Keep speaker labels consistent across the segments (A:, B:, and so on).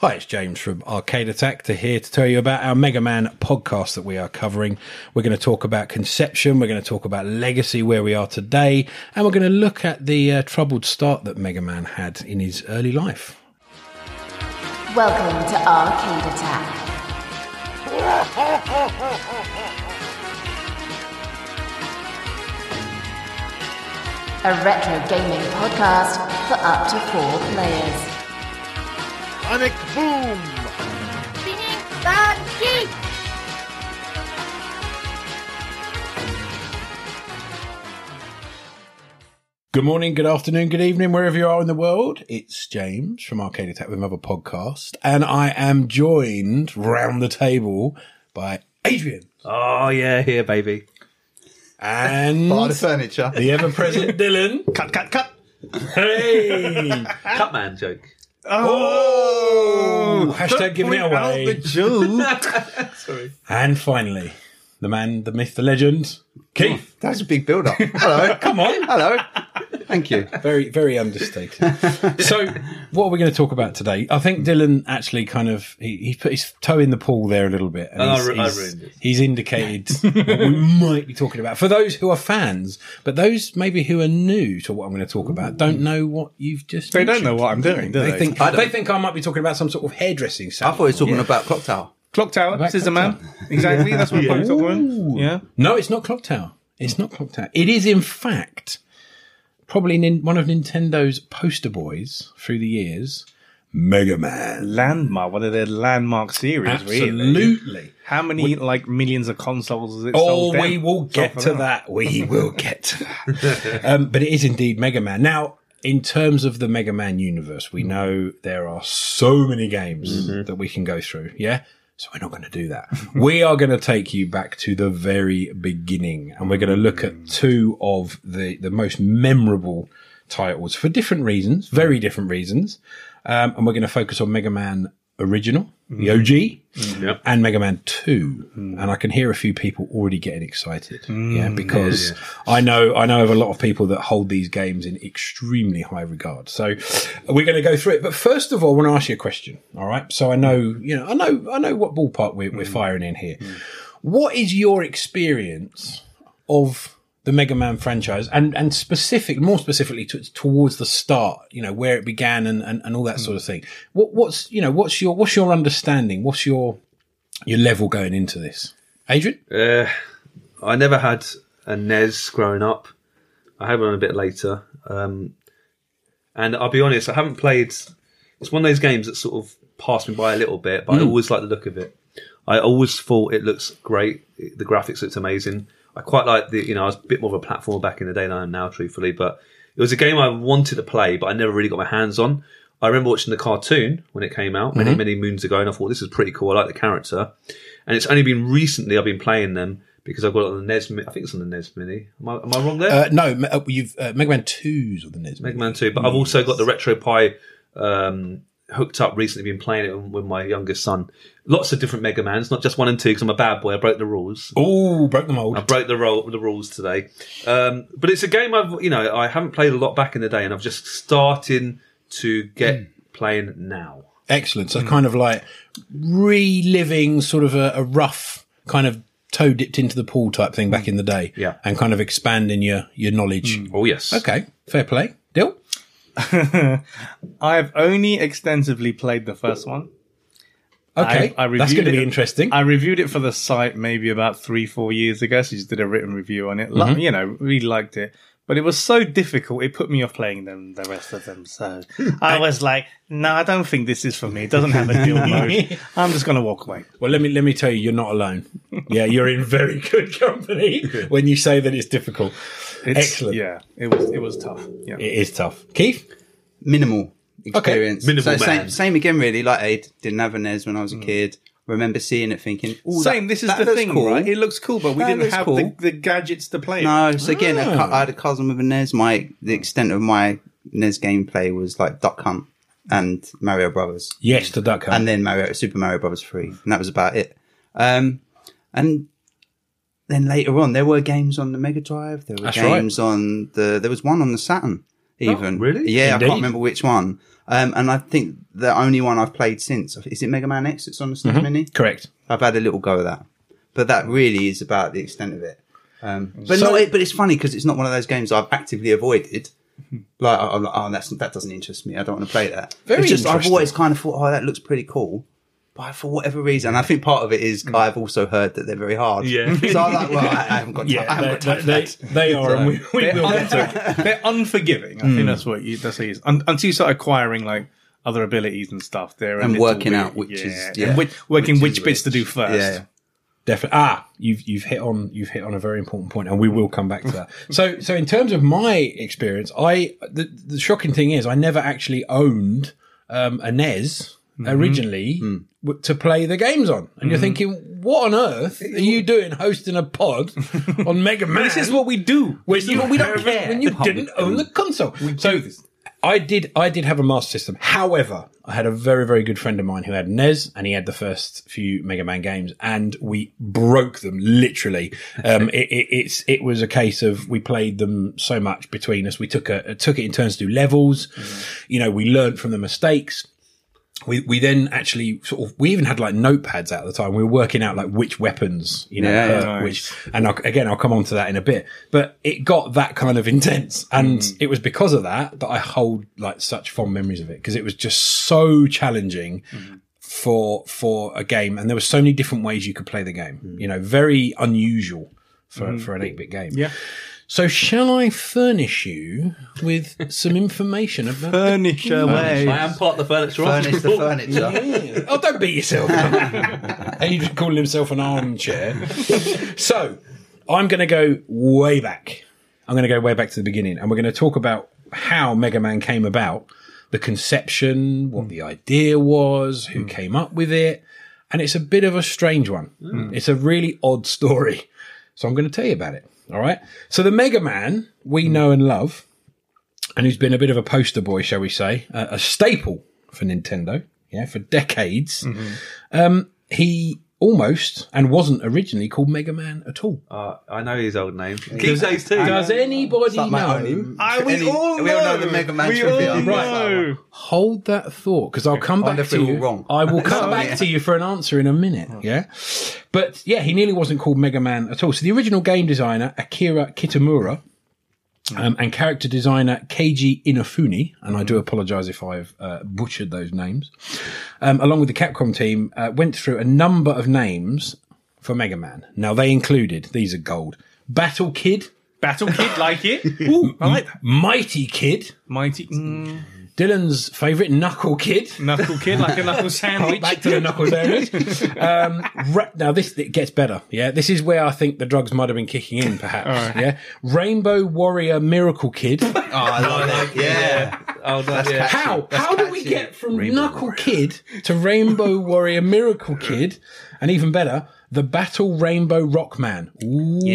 A: Hi, it's James from Arcade Attack to here to tell you about our Mega Man podcast that we are covering. We're going to talk about conception, we're going to talk about legacy where we are today, and we're going to look at the uh, troubled start that Mega Man had in his early life.
B: Welcome to Arcade Attack. A retro gaming podcast for up to four players.
C: Sonic Boom!
A: Good morning, good afternoon, good evening, wherever you are in the world. It's James from Arcade Attack with another podcast, and I am joined round the table by Adrian
D: Oh yeah, here baby.
A: and
E: Buy the furniture.
A: the ever present Dylan.
E: cut, cut, cut.
A: Hey!
D: Cutman joke.
A: Oh! Hashtag giving it
E: Point out
A: away.
E: the jewel.
D: Sorry.
A: And finally, the man, the myth, the legend, Keith.
E: that was a big build up. Hello.
A: Come on.
E: Hello. Thank you.
A: Very, very understated. so, what are we going to talk about today? I think Dylan actually kind of he, he put his toe in the pool there a little bit, and
D: Oh, I
A: he's,
D: ru- I
A: he's-
D: ruined it.
A: he's indicated what we might be talking about for those who are fans, but those maybe who are new to what I'm going to talk about don't know what you've just.
F: They don't
A: mentioned.
F: know what I'm doing, do they?
A: They think
E: I don't.
A: they think I might be talking about some sort of hairdressing.
E: I
A: Salon.
E: thought he was talking about Clock Tower.
F: Clock Tower,
A: About
F: Scissor
A: Clock
F: Man. Exactly, that's what I'm talking about. Yeah.
A: No, it's not Clock Tower. It's not Clock Tower. It is, in fact, probably nin- one of Nintendo's poster boys through the years. Mega Man.
F: Landmark, one of their landmark series, really.
A: Absolutely.
F: How many, like, millions of consoles is it
A: Oh,
F: sold then?
A: we will
F: Sold
A: get
F: for
A: to that. We will get to that. um, but it is indeed Mega Man. Now, in terms of the Mega Man universe,
F: Mm.
A: we know there are so many games
F: Mm-hmm.
A: that we can go through. Yeah. So we're not going to do that. we are going to take you back to the very beginning and we're going to look at two of the, the most memorable titles for different reasons, very different reasons. Um, and we're going to focus on Mega Man original, the
F: Mm-hmm.
A: OG,
D: Yep.
A: and Mega Man 2. And I can hear a few people already getting excited. Mm. yeah, because I know I know of a lot of people that hold these games in extremely high regard. So we're going to go through it. But first of all, I want to ask you a question. All right. So I know, you know, I know I know what ballpark we're, we're firing in here. What is your experience of the Mega Man franchise and, and specific, more specifically t- towards the start, you know, where it began and, and, and all that sort of thing. What, what's, you know, what's your, what's your understanding? What's your, your level going into this? Adrian?
D: Uh, I never had a NES growing up. I had one a bit later. Um, and I'll be honest, I haven't played. It's one of those games that sort of passed me by a little bit, but I always like the look of it. I always thought it looks great. It- The graphics looked amazing. I quite like the, you know, I was a bit more of a platformer back in the day than I am now, truthfully. But it was a game I wanted to play, but I never really got my hands on. I remember watching the cartoon when it came out many, many moons ago, and I thought this is pretty cool. I like the character, and it's only been recently I've been playing them because I've got it on the NES. Mi- I think it's on the NES Mini. Am I, am I wrong there?
A: Uh, no, me- uh, you've, uh, Mega Man 2's on the E NES.
D: Mega Man 2, but I've also got the RetroPie um, hooked up recently, been playing it with my youngest son. Lots of different Mega Mans, not just one and two, because I'm a bad boy. I broke the rules.
A: Oh, broke the mold.
D: I broke the, ro- the rules today. Um, but it's a game I've, you know, I haven't played a lot back in the day, and I've just starting to get playing now.
A: Excellent.
F: Hmm.
A: So kind of like reliving sort of a, a rough kind of toe dipped into the pool type thing
F: Hmm.
A: back in the day.
D: Yeah.
A: And kind of expanding your, your knowledge.
D: Oh, yes.
A: Okay. Fair play. Dill?
F: I have only extensively played the first one.
A: Okay,
F: I, I
A: that's
F: reviewed
A: going to be
F: it-
A: interesting.
F: I reviewed it for the site maybe about three, four years ago. So just did a written review on it. Lo-
A: Mm-hmm.
F: You know, really liked it. But it was so difficult, it put me off playing them, the rest of them. So I was like, no, I don't think this is for me. It doesn't have a deal mode. I'm just going to walk away.
A: well, let me let me tell you, you're not alone. Yeah, you're in very good company when you say that it's difficult.
F: It's,
A: Excellent.
F: Yeah, it was it was tough. Yeah.
A: It is tough, Keith.
E: Minimal experience.
D: Minimal
E: so
D: man.
E: Same, same again, really. Like Aid, didn't have a NES when I was a kid. Remember seeing it thinking, Ooh,
F: Mm. Same.
E: that-
F: this is
E: that
F: the
E: looks
F: thing,
E: cool.
F: right? It looks cool, but we
E: That
F: didn't
E: looks
F: have
E: cool.
F: the, the gadgets to play. it.
E: No, so again, a cu-
A: Ah.
E: I had a cousin with a NES. My the extent of my NES gameplay was like Duck Hunt and Mario Brothers,
A: Yes, to Duck Hunt.
E: and then Mario Super Mario Brothers Three, and that was about it. Um, and then later on, there were games on the Mega Drive. There were
A: That's Oh,
E: games on the. There was one on the Saturn. Even
D: really?
E: yeah, I
A: Indeed.
E: can't remember which one. Um, and I think the only one I've played since is it Mega Man X. It's on the
A: Mm-hmm.
E: SNES Mini.
A: Correct.
E: I've had a little go of that, but that really is about the extent of it. Um, but
A: So-
E: not it, but it's funny because it's not one of those games I've actively avoided. Like I- I'm like, oh, that's that doesn't interest me. I don't want to play that.
A: Very
E: it's just I've
A: interesting.
E: always kind of thought, oh, that looks pretty cool. But for whatever reason, I think part of it is I've also heard that they're very hard.
D: Yeah.
E: so I'm like, well, I, I haven't got. Yeah, I haven't
A: Yeah,
E: got
A: they,
E: time.
A: they, they are, and we, we
F: They're,
A: will get to it.
F: unfor- they're unforgiving. I
E: Hmm.
F: think that's what you, that's what you, un, until you start acquiring like other abilities and stuff. They're a
E: And
F: little
E: working
F: weird.
E: out which
F: yeah.
E: is-
F: And
E: yeah.
F: which, working
E: Which
F: which,
E: is
F: bits to
E: which.
F: do first.
E: Yeah.
A: Definitely. Ah, you've you've hit on you've hit on a very important point, and we will come back to that. so so in terms of my experience, I the, the shocking thing is I never actually owned um, a NES originally w- to play the games on, and you're thinking, what on earth are you doing hosting a pod on Mega Man?
F: This is what we do.
A: when you, we don't care. when you didn't own the console. so I did. I did have a Master System. However, I had a very very good friend of mine who had NES, and he had the first few Mega Man games, and we broke them literally. Um, it, it, it's it was a case of we played them so much between us. We took a took it in turns to do levels.
F: Mm-hmm.
A: You know, we learned from the mistakes we we then actually sort of we even had like notepads at the time. We were working out like which weapons, you know,
E: Yeah, yeah,
A: hurt which. And I'll, again, I'll come on to that in a bit. But it got that kind of intense, and it was because of that that I hold like such fond memories of it because it was just so challenging. For for a game, and there were so many different ways you could play the game. You know, very unusual for for an eight bit game.
F: Yeah.
A: So, shall I furnish you with some information about the
F: Furnish away.
D: I am part of the furniture.
E: Furnish the
D: hospital.
E: furniture.
A: Oh, don't beat yourself. Adrian calling himself an armchair. so, I'm going to go way back. I'm going to go way back to the beginning, and we're going to talk about how Mega Man came about, the conception, what the idea was, who came up with it, and it's a bit of a strange one. It's a really odd story. So, I'm going to tell you about it. All right. So, the Mega Man we know and love, and who's been a bit of a poster boy, shall we say, a, a staple for Nintendo, yeah, for decades.
E: Mm-hmm.
A: Um, he almost and wasn't originally called Mega Man at all.
D: Uh, I know his old name. Gives those two.
A: Does anybody
E: Like my
A: know?
E: only-
F: I, Ah, we,
E: any-
F: all know.
E: we all know the Mega Man
F: We all
E: trivia.
F: know.
A: Hold that thought, because I'll come back
E: wonder if
A: to
E: we were
A: you.
E: wrong.
A: I will come
E: Sorry.
A: back to you for an answer in a minute. Yeah, but yeah, he nearly wasn't called Mega Man at all. So the original game designer Akira Kitamura. Um, and character designer Keiji Inafune, and I do apologise if I've uh, butchered those names, um, along with the Capcom team, uh, went through a number of names for Mega Man. Now they included these are gold: Battle Kid,
F: Battle Kid like it. Ooh, I like that.
A: Mighty Kid,
F: Mighty mm,
A: Dylan's favourite Knuckle Kid.
F: Knuckle Kid like a knuckle sandwich.
A: back to the knuckles areas. Um, ra- now this it gets better. Yeah, this is where I think the drugs might have been kicking in, perhaps. Yeah, Rainbow Warrior Miracle Kid.
E: Oh, I love it. Yeah.
D: Oh, no, yeah.
A: How how do we
E: catchy.
A: get from Knuckle Kid to Rainbow Warrior Miracle Kid, and even better, the Battle Rainbow Rockman? Ooh,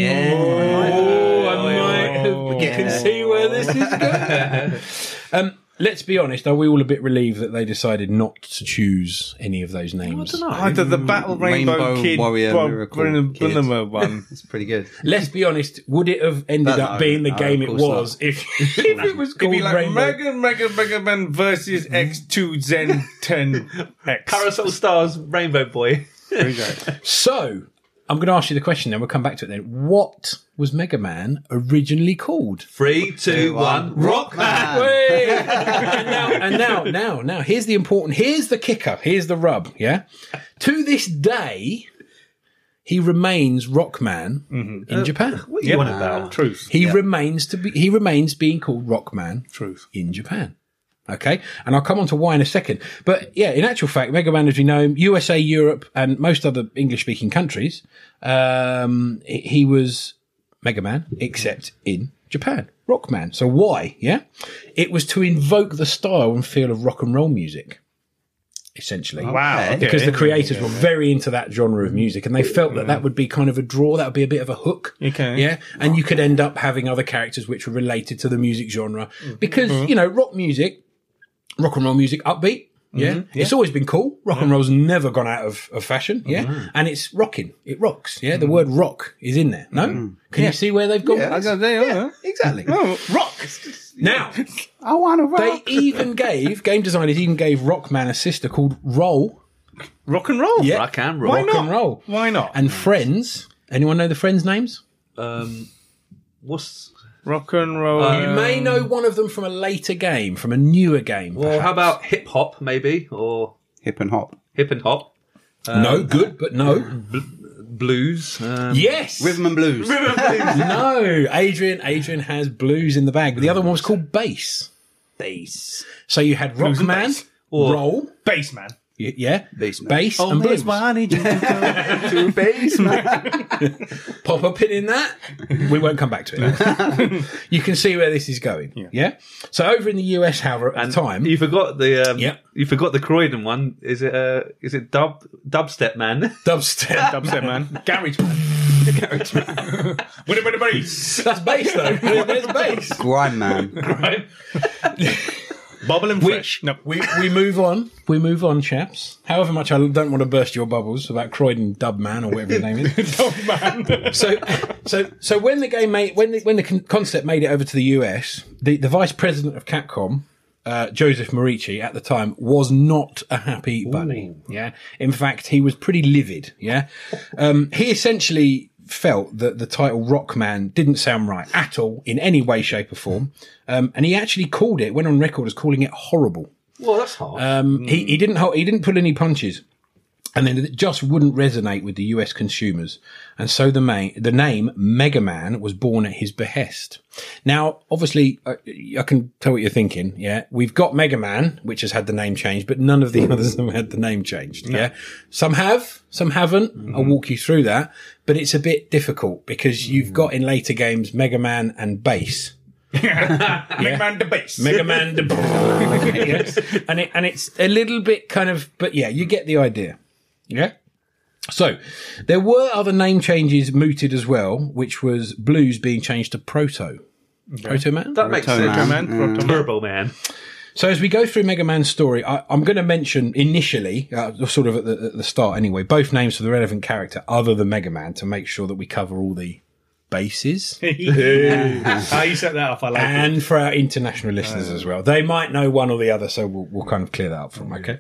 E: Yeah.
A: I might have,
E: Oh, Yeah.
A: can see where this is going. um, let's be honest. Are we all a bit relieved that they decided not to choose any of those names?
F: Either the Battle Rainbow,
E: Rainbow
F: Kid,
E: Warrior
F: Bob
E: Miracle
F: Brennan-
E: Kid.
F: Brennan one.
E: Um, It's pretty good.
A: Let's be honest, would it have ended
E: No,
A: up being the
E: no,
A: game
E: of
A: it
E: course
A: was if, if it was
F: It'd
A: called
F: be like
A: Rainbow? Mm-hmm.
F: Mega Mega Mega Man versus X2 Zen 10 X.
D: Parasol Stars Rainbow Boy.
F: There we go.
A: So, I'm going to ask you the question then, we'll come back to it then. What was Mega Man originally called?
D: Three, two, one. Rockman.
A: Hey! and now, and now, now, now, here's the important, here's the kicker, here's the rub, yeah? To this day, he remains Rockman in Japan.
D: What are you on about?
F: Truth.
A: He remains to be, he remains being called Rockman
F: Truth.
A: in Japan. Okay, and I'll come on to why in a second. But yeah, in actual fact, Mega Man, as we know him, USA, Europe, and most other English-speaking countries, um, he he was Mega Man, except in Japan, Rockman. So why? Yeah, it was to invoke the style and feel of rock and roll music, essentially.
F: Wow.
E: Okay.
F: Okay.
A: Because the creators were very into that genre of music, and they felt that that would be kind of a draw, that would be a bit of a hook.
F: Okay.
A: Yeah. And you could end up having other characters which
F: Mm-hmm.
A: were related to the music genre. Because, you know, rock music, rock and roll music, upbeat, Yeah?
F: Mm-hmm.
A: it's always been cool. Rock and roll's never gone out of, of fashion. Yeah,
F: Mm-hmm.
A: and it's rocking. It rocks. Yeah, the word rock is in there. No, can you see where they've gone?
F: Mm-hmm. I
A: with this?
F: go, there you are.
A: exactly.
F: Oh, rock.
A: Now
E: I want to rock.
A: they even gave game designers even gave Rockman a sister called Roll.
F: Rock and roll.
A: Yeah,
D: Rock and roll.
A: Rock
F: Why not?
A: and roll.
F: Why not?
A: And Friends. Anyone know the Friends names?
D: Um, what's
F: rock and roll.
A: You may know one of them from a later game, from a newer game.
D: well?
A: perhaps.
D: How about hip hop maybe or
E: Hip and hop.
D: hip and hop
A: no good, but no.
D: blues? Um,
A: Um, Yes,
E: Rhythm and blues.
A: no. Adrian, Adrian has blues in the bag, but the other one was called bass. Bass. So you had
F: Blues and
A: Rockman,
F: bass.
D: Or-
A: Roll,
F: bass man.
A: y- yeah,
E: Bass, man.
A: bass and
F: Always
A: blues.
F: wanted you to
E: to bass, man.
A: Pop a pin in that. We won't come back to it. you can see where this is going. Yeah. So over in the US, however, at
D: and
A: the time,
D: you forgot the um,
A: Yep.
D: you forgot the Croydon one. Is it uh, is it dub dubstep man?
A: dubstep.
F: go. Upset man. Garage man. Winner, winner, bass.
A: That's bass though. There's bass.
E: Grime man.
D: Right?
F: Bubble and fresh.
A: We, we, we move on. We move on, chaps. However much I don't want to burst your bubbles about Croydon Dubman or whatever his name is.
F: man.
A: So, so, so when the game made, when the, when the con- concept made it over to the US, the, the vice president of Capcom, uh, Joseph Morici at the time was not a happy bunny. Yeah. In fact, he was pretty livid. Yeah. Um, he essentially felt that the title Rockman didn't sound right at all in any way, shape or form. Um, and he actually called it, went on record as calling it horrible.
D: Well, that's hard.
A: Um, he, he didn't hold, he didn't pull any punches, and then it just wouldn't resonate with the U.S. consumers, and so the main, the name Mega Man was born at his behest. Now, obviously, I, I can tell what you're thinking. Yeah, we've got Mega Man, which has had the name changed, but none of the others have had the name changed. Yeah, some have, some haven't. I'll walk you through that, but it's a bit difficult because you've got in later games Mega Man and Bass.
F: Mega man to bass.
A: Mega Man. the- Yes. And it, and it's a little bit kind of, but yeah, you get the idea. Yeah. So there were other name changes mooted as well, which was Blues being changed to Proto. Proto Man.
D: that makes sense.
E: man.
F: man. Rock and roll.
D: Turbo man.
A: So as we go through Mega Man's story, I, I'm going to mention initially, uh, sort of at the, at the start anyway, both names for the relevant character other than Mega Man to make sure that we cover all the bases.
F: Ah, you set that off. I like it.
A: and for our international listeners as well. They might know one or the other, so we'll, we'll kind of clear that up for them, okay?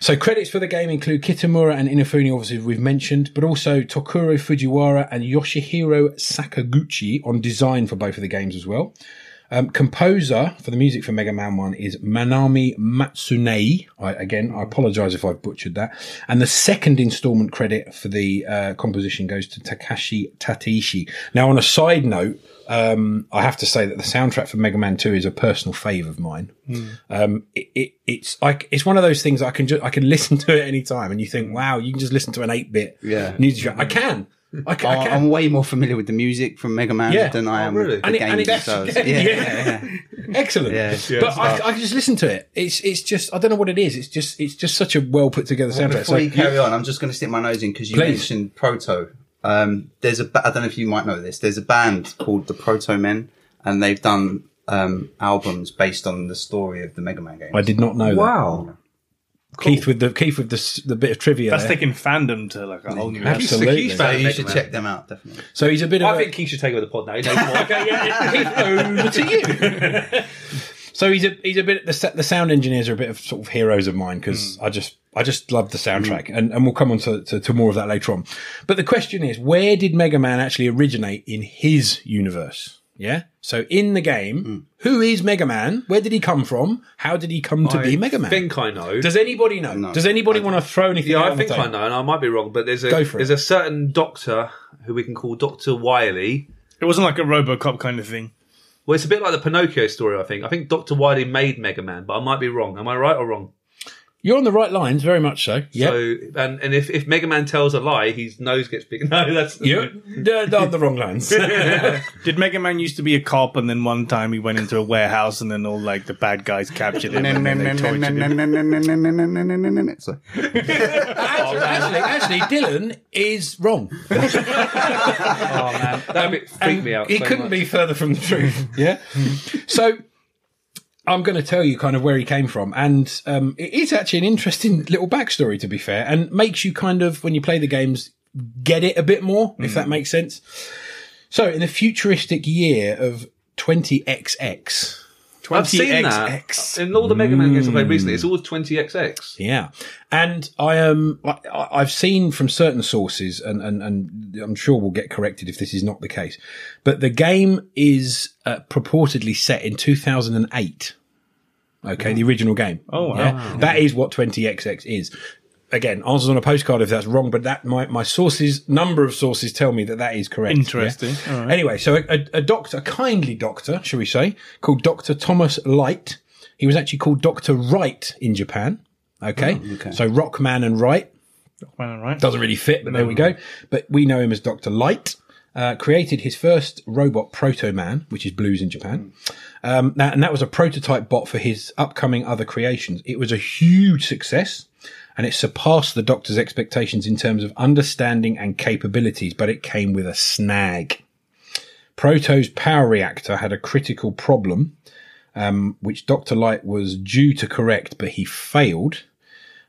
A: So credits for the game include Kitamura and Inafune, obviously, we've mentioned, but also Tokuro Fujiwara and Yoshihiro Sakaguchi on design for both of the games as well. Um, composer for the music for Mega Man 1 is Manami Matsune. I, again, I apologize if I've butchered that. And the second installment credit for the uh, composition goes to Takashi Tateishi. Now, on a side note, um, I have to say that the soundtrack for Mega Man 2 is a personal fave of mine. Um, it, it, it's like, it's one of those things I can just, I can listen to it any time and you think, wow, you can just listen to an 8 bit
E: Yeah. Oh,
A: music. track. I can. I can. I
E: I-
A: can.
E: I'm way more familiar with the music from Mega Man
A: Yeah.
E: than I am
D: Oh, really?
E: with the
A: And it- and
E: games
A: it-
E: themselves.
A: yeah,
E: Yeah,
A: yeah.
E: yeah,
A: Excellent.
E: Yeah. Yeah,
A: but I, I can just listen to it. It's it's just I don't know what it is. It's just it's just such a well put together soundtrack.
E: Before you
A: So,
E: carry on, I'm just going to stick my nose in because you
A: Please.
E: mentioned Proto. Um, there's a ba- I don't know if you might know this. There's a band called the Proto Men, and they've done um, albums based on the story of the Mega Man game.
A: I did not know that.
D: Wow.
A: Keith with the Keith with the s- the bit of trivia.
F: That's
A: there.
F: taking fandom to like a whole new
A: Have
F: level.
A: you
D: Absolutely.
A: Absolutely.
E: So you should check them out definitely.
A: so he's a bit of
D: I
A: a,
D: think he should take over the pod now. He knows more.
A: okay, yeah, yeah. over to you. so he's a he's a bit the sa- the sound engineers are a bit of sort of heroes of mine because
D: Hmm.
A: I just I just love the soundtrack and, and we'll come on to, to, to more of that later on. But the question is, where did Mega Man actually originate in his universe? Yeah. So in the game,
D: Hmm.
A: who is Mega Man? Where did he come from? How did he come to be Mega Man?
D: I think I know.
A: Does anybody know? Does anybody want to throw anything?
D: yeah,
A: out
D: I
A: on the
D: think I
A: table?
D: know, and I might be wrong, but there's a
A: Go for it.
D: there's a certain doctor who we can call Doctor Wiley.
F: It wasn't like a RoboCop kind of thing.
D: Well, it's a bit like the Pinocchio story. I think. I think Doctor Wiley made Mega Man, but I might be wrong. Am I right or wrong?
A: You're on the right lines, very much so. Yeah.
D: So, and and if, if Mega Man tells a lie, his nose gets big. No, that's
A: you're they're- they're on the wrong lines.
F: Did Mega Man used to be a cop, and then one time he went into a warehouse, and then all like the bad guys captured him, and then they tortured him.
E: So-
A: actually, actually, actually, Dylan is wrong.
D: Oh man, that bit freaked me out.
A: He
D: so
A: couldn't
D: much.
A: be further from the truth. yeah. So I'm going to tell you kind of where he came from, and um, it is actually an interesting little backstory, to be fair, and makes you kind of when you play the games get it a bit more,
D: Mm.
A: if that makes sense. So, in the futuristic year of 20XX,
D: I've seen
F: 20XX.
D: that in all the Mega Man games I played recently. It's always 20XX.
A: Yeah, and I am. I, I- I've seen from certain sources, and, and and I'm sure we'll get corrected if this is not the case. But the game is uh, purportedly set in 2008. Okay, the original game.
F: Oh, wow.
A: that is what 20XX is. Again, answers on a postcard if that's wrong, but that my, my sources number of sources tell me that that is correct.
F: Interesting.
A: yeah?
F: All right.
A: Anyway, so a, a, a doctor, a kindly doctor, shall we say, called Doctor Thomas Light. He was actually called Doctor Wright in Japan. Okay. So Rockman and Wright
F: Well, right.
A: doesn't really fit, but there we go. But we know him as Doctor Light. Uh, created his first robot Proto Man, which is blues in Japan. Um, that, and that was a prototype bot for his upcoming other creations. It was a huge success and it surpassed the Doctor's expectations in terms of understanding and capabilities, but it came with a snag. Proto's power reactor had a critical problem, um, which Dr. Light was due to correct, but he failed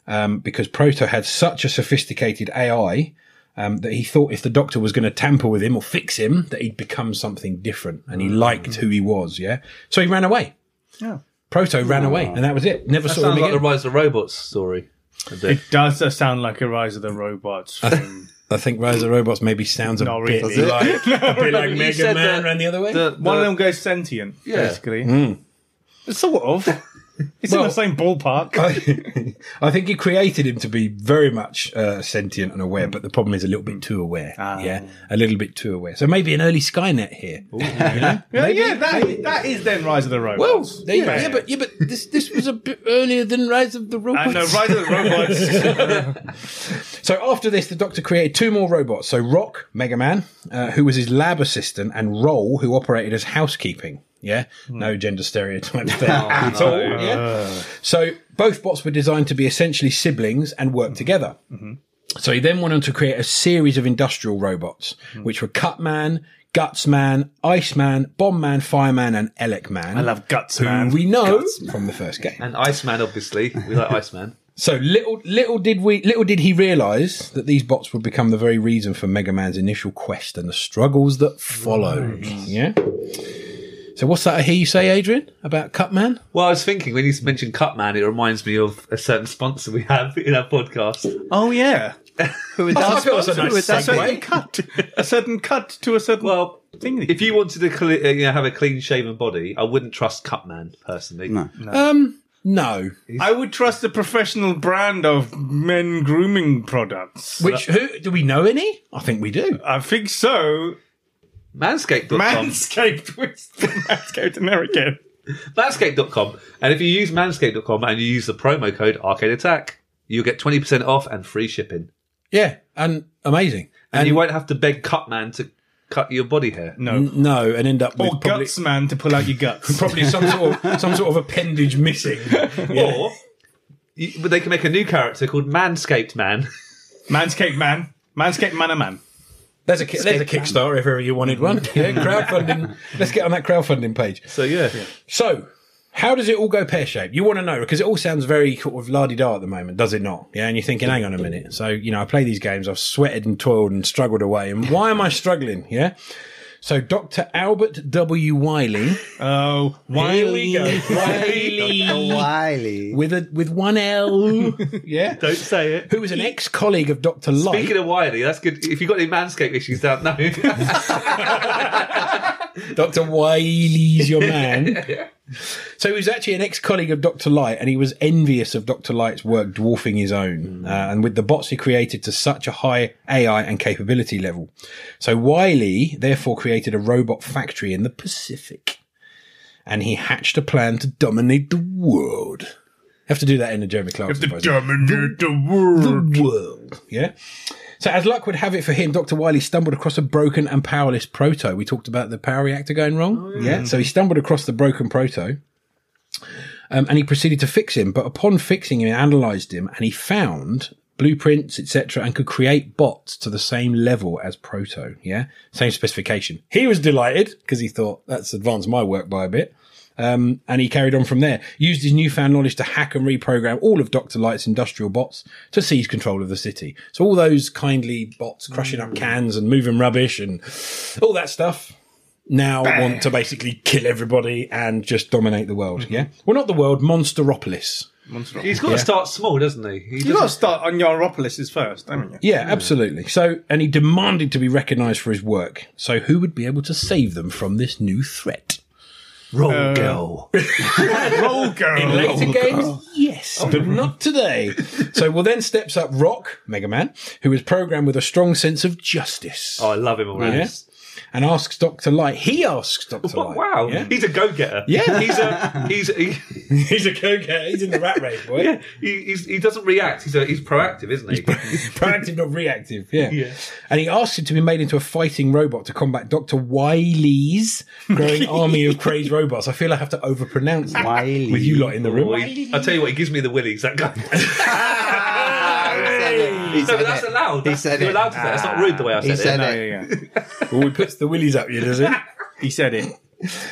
A: um, because Proto had such a sophisticated AI um, that he thought if the doctor was going to tamper with him or fix him, that he'd become something different. And
D: Mm.
A: he liked who he was, yeah? So he ran away.
F: Yeah.
A: Proto ran away, and that was it. Never
D: Ah. That
A: saw him
D: sounds
A: again.
D: like the Rise of the Robots story. a bit.
F: It does uh, sound like a Rise of the Robots. From,
A: I think Rise of the Robots maybe sounds a
F: Not
A: bit
F: really. Does it?
A: like, a bit like
D: You
A: Mega
D: said
A: Man
D: that-
A: ran the other way.
D: The-
F: one
D: the-
F: of them goes sentient,
D: Yeah.
F: basically. Sort of. It's in
A: Well- uh,
F: the same ballpark.
A: I, I think he created him to be very much uh, sentient and aware, but the problem is a little bit too aware. Yeah, a little bit too aware. So maybe an early Skynet here. you know?
F: yeah,
A: Maybe-
F: yeah, that,
A: maybe-
F: that is then Rise of the Robots.
A: Well, there you go.
F: Yeah.
A: yeah, but yeah, but this this was a bit earlier than Rise of the Robots.
F: I know Rise of the Robots.
A: So after this, the Doctor created two more robots. So Rock, Mega Man, uh, who was his lab assistant, and Roll, who operated as housekeeping. Yeah,
F: Hmm.
A: no gender stereotypes there
F: Oh,
A: at all. Yeah? So both bots were designed to be essentially siblings and
F: Mm-hmm.
A: work together. So he then went on to create a series of industrial robots,
F: Mm-hmm.
A: which were Cutman, Gutsman, Iceman, Bombman, Fireman, and Elec Man.
F: I love Guts,
A: who
F: man.
A: we know from the first game.
D: And Iceman, obviously. We like Iceman.
A: So little, little did we, little did he realize that these bots would become the very reason for Mega Man's initial quest and the struggles that followed. Yeah. So what's that I hear you say, Adrian, about Cutman?
D: Well, I was thinking when you mentioned Cutman, it reminds me of a certain sponsor we have in our podcast.
F: Oh, yeah. Who would
A: I feel that's a nice
F: that
A: segue.
F: certain cut? A certain cut to a certain
D: Well,
F: thing.
D: if you wanted to cle- uh, you know, have a clean shaven body, I wouldn't trust Cutman personally.
E: No.
A: Um, no.
F: I would trust the professional brand of men grooming products.
A: Which who do we know any? I think we do.
F: I think so.
D: Manscaped.com.
F: Manscaped with Manscaped American.
D: Manscaped.com. And if you use Manscaped.com and you use the promo code Arcade Attack, you'll get 20% off and free shipping.
A: Yeah, and amazing.
D: And, you won't have to beg Cutman to cut your body hair.
F: No.
A: N- No, and end up with
F: or
A: probably,
F: Oh, guts man to pull out your guts.
A: probably some sort of some sort of appendage missing. Oh,
D: Or you, but they can make a new character called Manscaped Man.
F: Manscaped man. Manscaped man a man.
A: There's a ki- there's a Kickstarter if ever you wanted one. Yeah, crowdfunding. Let's get on that crowdfunding page.
D: So yeah.
A: So, how does it all go pear shaped? You want to know because it all sounds very sort of la di da at the moment, does it not? Yeah, and you're thinking, hang on a minute. So, you know, I play these games, I've sweated and toiled and struggled away, and why am I struggling? Yeah. So, Dr. Albert W. Wiley,
F: Oh,
A: Here we go.
F: Wiley.
E: Wiley.
A: with a with one L, yeah,
D: Don't say it.
A: who was an ex colleague of Dr. Light.
D: Speaking of Wiley, that's good. If you've got any Manscaped issues, don't know.
A: Dr. Wiley's your man. So he was actually an ex-colleague of Dr. Light, and he was envious of Dr. Light's work dwarfing his own, uh, and with the bots he created to such a high AI and capability level. So Wiley therefore created a robot factory in the Pacific, and he hatched a plan to dominate the world. You have to do that in a Jeremy Clarkson.
F: The
A: voice.
F: dominate the world.
A: world. Yeah. So as luck would have it for him, Dr. Wiley stumbled across a broken and powerless proto. We talked about the power reactor going wrong. yeah. So he stumbled across the broken proto. Um, and he proceeded to fix him, but upon fixing him, he analysed him, and he found blueprints, etc., and could create bots to the same level as Proto. Yeah, same specification. He was delighted because he thought that's advanced my work by a bit. Um, and he carried on from there. Used his newfound knowledge to hack and reprogram all of Dr. Light's industrial bots to seize control of the city. So all those kindly bots crushing up cans and moving rubbish and all that stuff now want to basically kill everybody and just dominate the world. Yeah. Well, not the world, Monsteropolis.
D: He's got to start small, doesn't he? He
F: You
D: doesn't-
F: got to start on Europolis first, haven't you?
A: Yeah, absolutely. So, and he demanded to be recognized for his work. So, who would be able to save them from this new threat?
D: Roll girl.
F: Roll girl.
A: In later Oh, games, yes,
D: Oh,
A: but not today. so, well, then steps up Rock, Mega Man, who is programmed with a strong sense of justice.
D: Oh, I love him already.
A: Yeah. And asks Dr. Light. He asks Dr. Light.
D: Wow,
A: Yeah.
D: he's a go-getter.
A: Yeah.
D: he's a he's he,
A: He's a go getter. He's in the rat race, boy.
D: yeah, he, he's, he doesn't react. He's a, he's proactive, isn't he?
A: Proactive, not reactive. Yeah.
D: Yeah.
A: And he asked him to be made into a fighting robot to combat Dr. Wily's growing army of crazed robots. I feel I have to overpronounce that
E: Wily.
A: with you lot in the room.
D: Boy, I tell you what, he gives me the willies. That guy.
E: He
D: no,
E: said
D: but that's
E: it.
D: allowed.
E: He
D: That's,
E: said
D: you're
E: it.
D: allowed to say that. That's not rude the way I
E: He
D: said,
E: said
D: it.
F: No,
E: it.
F: yeah, yeah.
A: Well, he puts the willies up you, does it?
F: He said it.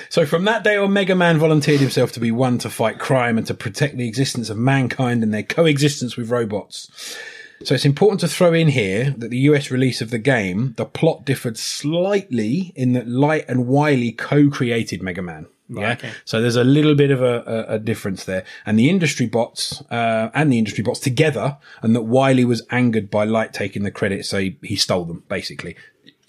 A: So from that day on, Mega Man volunteered himself to be one to fight crime and to protect the existence of mankind and their coexistence with robots. So it's important to throw in here that the US release of the game, the plot differed slightly in that Light and Wily co-created Mega Man. yeah. So there's a little bit of a, a, a difference there. And the industry bots, uh, and the industry bots together, and that Wily was angered by Light taking the credit, so he, he stole them, basically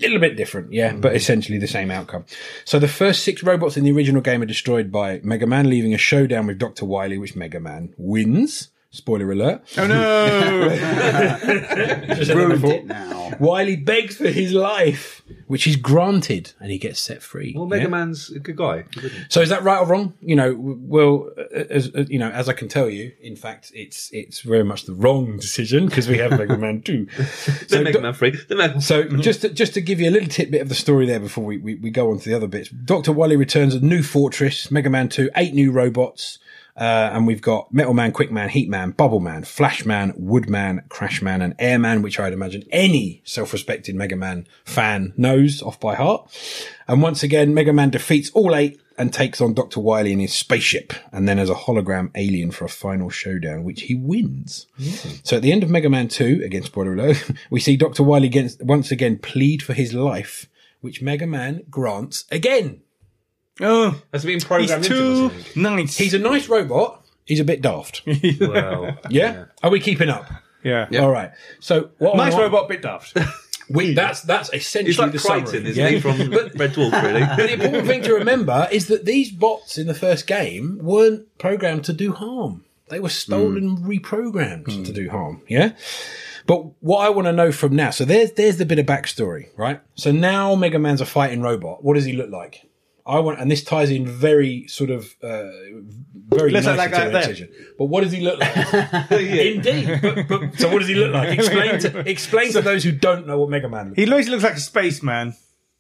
A: little bit different, yeah, but essentially the same outcome. So the first six robots in the original game are destroyed by Mega Man, leaving a showdown with Dr. Wily, which Mega Man wins. Spoiler alert.
F: Oh no!
A: Just said that
E: Ruined
A: before.
E: it now.
A: Wily begs for his life, which is granted, and he gets set free.
D: Well, Mega
A: yeah?
D: Man's a good guy. He wouldn't-
A: So is that right or wrong? You know, w- well, uh, as uh, you know, as I can tell you, in fact, it's it's very much the wrong decision because we have Mega Man Two.
D: Then
A: So
D: Mega
A: Do-
D: Man free. Then Mega
A: So just to, just to give you a little tidbit of the story there before we, we, we go on to the other bits, Doctor Wily returns a new fortress, Mega Man Two, eight new robots, uh, and we've got Metal Man, Quick Man, Heat Man, Bubble Man, Flash Man, Wood Man, Crash Man, and Air Man, which I'd imagine any self-respected Mega Man fan knows off by heart. And once again, Mega Man defeats all eight and takes on Doctor Wily in his spaceship, and then as a hologram alien for a final showdown, which he wins. So at the end of Mega Man 2, against spoiler alert, we see Dr. Wily against, once again plead for his life, which Mega Man grants again.
F: Oh,
D: Has he been
F: he's
D: programmed into him
F: too
D: or something?
F: nice.
A: He's a nice robot. He's a bit daft. Yeah?
D: Well,
A: Are we keeping up?
F: yeah.
A: All right. So what I
F: Nice
A: want-
F: robot, bit daft.
A: We, that's that's essentially
D: he's like
A: the
D: Crichton,
A: summary,
D: isn't
A: yeah?
D: he, from Red Dwarf? Really?
A: the important thing to remember is that these bots in the first game weren't programmed to do harm. They were stolen, reprogrammed to
F: Hmm.
A: do harm. Yeah. But what I want to know from now, so there's there's the bit of backstory, right? So now Mega Man's a fighting robot. What does he look like? I want, and this ties in very sort of uh, very
F: Looks like
A: nicely
F: that guy
A: to the
F: there.
A: decision. But what does he look like? Indeed. But, but, so what does he look like? Explain to explain to those who don't know what Mega Man. Looks.
F: He always looks like a spaceman.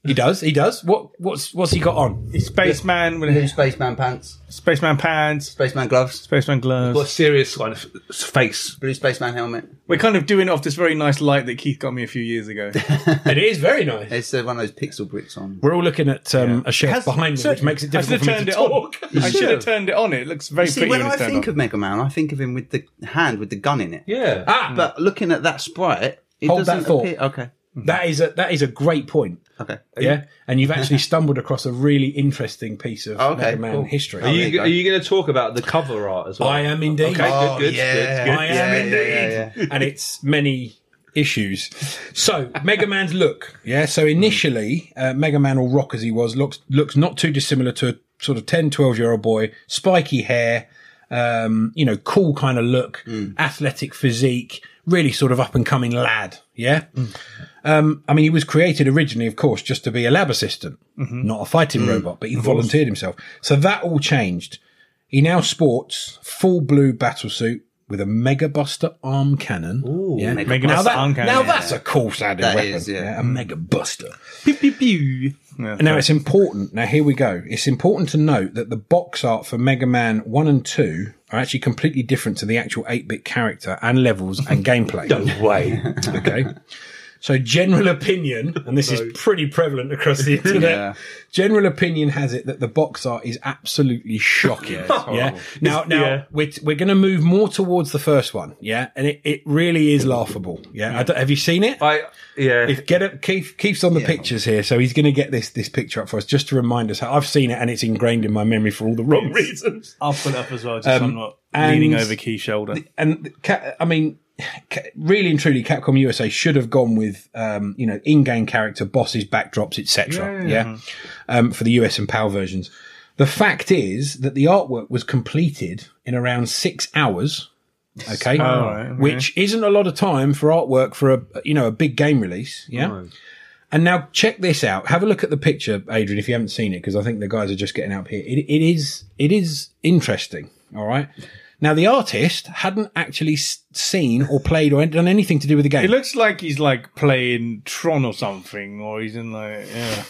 A: He does. He does. What what's what's he got on?
F: He's spaceman with
E: New
F: his
E: spaceman pants,
F: spaceman pants,
E: spaceman gloves,
F: spaceman gloves.
D: What a serious kind of face.
E: blue spaceman helmet.
F: We're kind of doing it off this very nice light that Keith got me a few years ago.
A: It is very nice.
E: It's uh, one of those pixel bricks on.
A: We're all looking at um, a shelf
F: Has-
A: behind me,
F: so-
A: which makes it
F: I should
A: difficult
F: have
A: for me
F: turned
A: to
F: it on.
A: talk.
F: I should have turned it on. It looks very
E: See,
F: pretty
E: when
F: when
E: I
F: it's turned
E: think
F: on.
E: of Mega Man, I think of him with the hand with the gun in it.
D: Yeah.
A: Ah,
E: But looking at that sprite, it
A: Hold
E: doesn't
A: that thought.
E: appear. Okay.
A: that is a that is a great point.
E: Okay.
A: Yeah, and you've actually stumbled across a really interesting piece of
E: Oh, okay,
A: Mega Man
E: cool.
A: history.
D: Are
E: there you
D: you,
E: go.
D: are you going to talk about the cover art as well?
A: I am indeed.
D: Okay,
E: Oh,
D: good, good,
E: yeah.
D: good, good.
A: I am
E: Yeah,
A: indeed,
E: yeah, yeah,
A: and it's many issues. So Mega Man's look, yeah. So initially, uh, Mega Man, or Rock as he was, looks looks not too dissimilar to a sort of 10, 12 year old boy, spiky hair, um, you know, cool kind of look,
E: Mm.
A: athletic physique, really sort of up and coming lad, yeah. Um, I mean, he was created originally, of course, just to be a lab assistant,
E: Mm-hmm.
A: not a fighting
E: Mm.
A: robot, but he volunteered himself. So that all changed. He now sports full blue battle suit with a Mega Buster arm cannon. Ooh, yeah.
F: Mega
A: now
F: Buster
A: that,
F: arm cannon.
A: Now
F: Yeah.
A: that's a cool sounding
E: That
A: weapon.
E: is, yeah.
A: a
F: Mm.
A: Mega Buster.
F: Pew, pew, pew. Yeah.
A: Now it's important. Now here we go. It's important to note that the box art for Mega Man One and Two are actually completely different to the actual eight-bit character and levels and gameplay.
D: Way.
A: Okay. So general opinion, and this is pretty prevalent across the internet.
E: Yeah.
A: General opinion has it that the box art is absolutely shocking. Yeah. Now, now
D: Yeah.
A: we're we're going to move more towards the first one. Yeah, and it, it really is laughable. Yeah. I don't- have you seen it?
D: I yeah.
A: If get up, Keith. Keith's on the pictures here, so he's going to get this this picture up for us just to remind us how I've seen it, and it's ingrained in my memory for all the wrong reasons.
F: I'll put it up as well, just so I'm not
A: and-
F: leaning over Key's shoulder.
A: and Ca- I mean, Ca- really and truly, Capcom USA should have gone with um, you know in-game character bosses, backdrops, etc. Yeah, Um, for the US and PAL versions. The fact is that the artwork was completed in around six hours. Oh, Okay,
F: Alright,
A: which isn't a lot of time for artwork for a you know a big game release. Yeah. And now check this out. Have a look at the picture, Adrian, if you haven't seen it, because I think the guys are just getting up here. It, it is it is interesting. All right. Now the artist hadn't actually s- seen or played or done anything to do with the
F: It
A: game.
F: looks like he's like playing Tron or something, or he's in like yeah.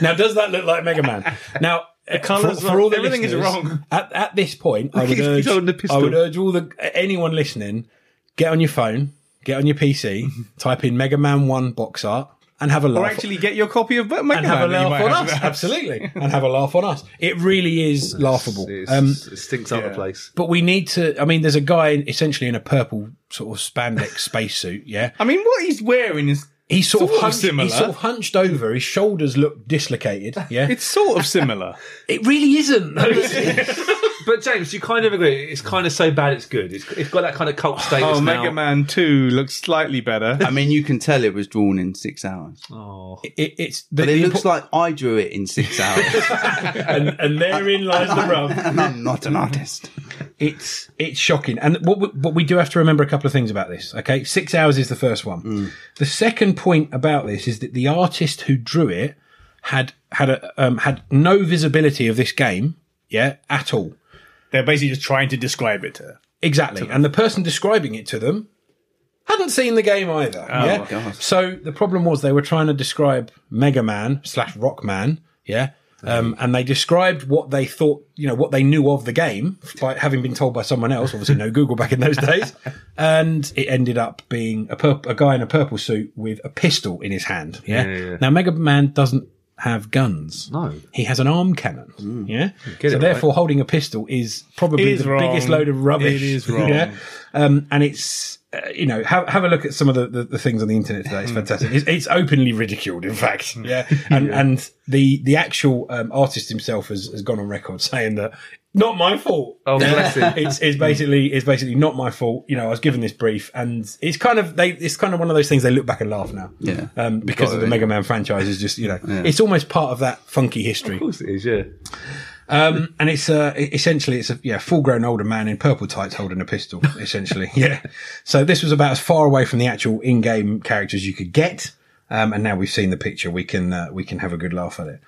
A: now does that look like Mega Man? Now. uh,
F: colours
A: for,
F: are-
A: for all the
F: everything is
A: listeners,
F: wrong.
A: At, at this point, I would,
D: he's- he's
A: urge,
D: holding the
A: I
D: pistol.
A: would urge all the anyone listening, get on your phone, get on your PC, type in Mega Man One box art, and have a
F: Or
A: laugh.
F: actually get your copy of Mega Man.
A: and have a
F: that you
A: laugh
F: might
A: on
F: have.
A: us. Absolutely. and have a laugh on us. It really is laughable.
D: It's-
A: Um,
D: it stinks out
F: yeah.
D: the place.
A: but we need to, I mean, there's a guy essentially in a purple sort of spandex spacesuit. Yeah.
F: I mean, what he's wearing is
A: He's sort,
F: Sort of
A: of hunched,
F: similar.
A: he's sort of hunched over. His shoulders look dislocated. Yeah.
F: it's sort of similar.
A: it really isn't. though, is it?
D: But James, you kind of agree. It's kind of so bad it's good. It's, it's got that kind of cult status
F: oh,
D: now.
F: Mega Man Two looks slightly better.
E: I mean, you can tell it was drawn in six hours,
D: Oh.
A: It- it's the,
E: but it
A: the
E: looks
A: impor-
E: like I drew it in six hours,
A: and, and therein lies the rub.
E: and I'm not an artist.
A: It's it's shocking, and what we, but we do have to remember a couple of things about this. Okay, six hours is the first one. The second point about this is that the artist who drew it had had a, um, had no visibility of this game, yeah, at all.
F: They're basically just trying to describe it to her.
A: Exactly, and the person describing it to them hadn't seen the game either. yeah,
E: God.
A: so the problem was they were trying to describe Mega Man slash Rock Man, yeah. Um, and they described what they thought, you know, what they knew of the game by having been told by someone else. Obviously, no Google back in those days. And it ended up being a, purp a guy in a purple suit with a pistol in his hand. Yeah. Now, Mega Man doesn't have guns. No. Mm. He has an arm cannon. Yeah. So,
D: it
A: therefore, holding a pistol is probably
F: is
A: the
F: wrong.
A: biggest load of rubbish.
F: It is wrong.
A: Yeah. Um, and it's, uh, you know, have, have a look at some of the, the, the things on the internet today. It's fantastic. It's, it's openly ridiculed, in fact. Yeah. And, and the, the actual um, artist himself has, has gone on record saying that, not my fault.
D: Oh, bless him.
A: It's, it's basically it's basically not my fault. You know, I was given this brief, and it's kind of they it's kind of one of those things they look back and laugh now.
E: Yeah.
A: um, because of the Mega Man franchise is just you know it's almost part of that funky history.
D: Of course it is, yeah.
A: Um, and it's uh, essentially it's a yeah full grown older man in purple tights holding a pistol. Essentially, yeah. So this was about as far away from the actual in game characters you could get. Um, and now we've seen the picture, we can uh, we can have a good laugh at it.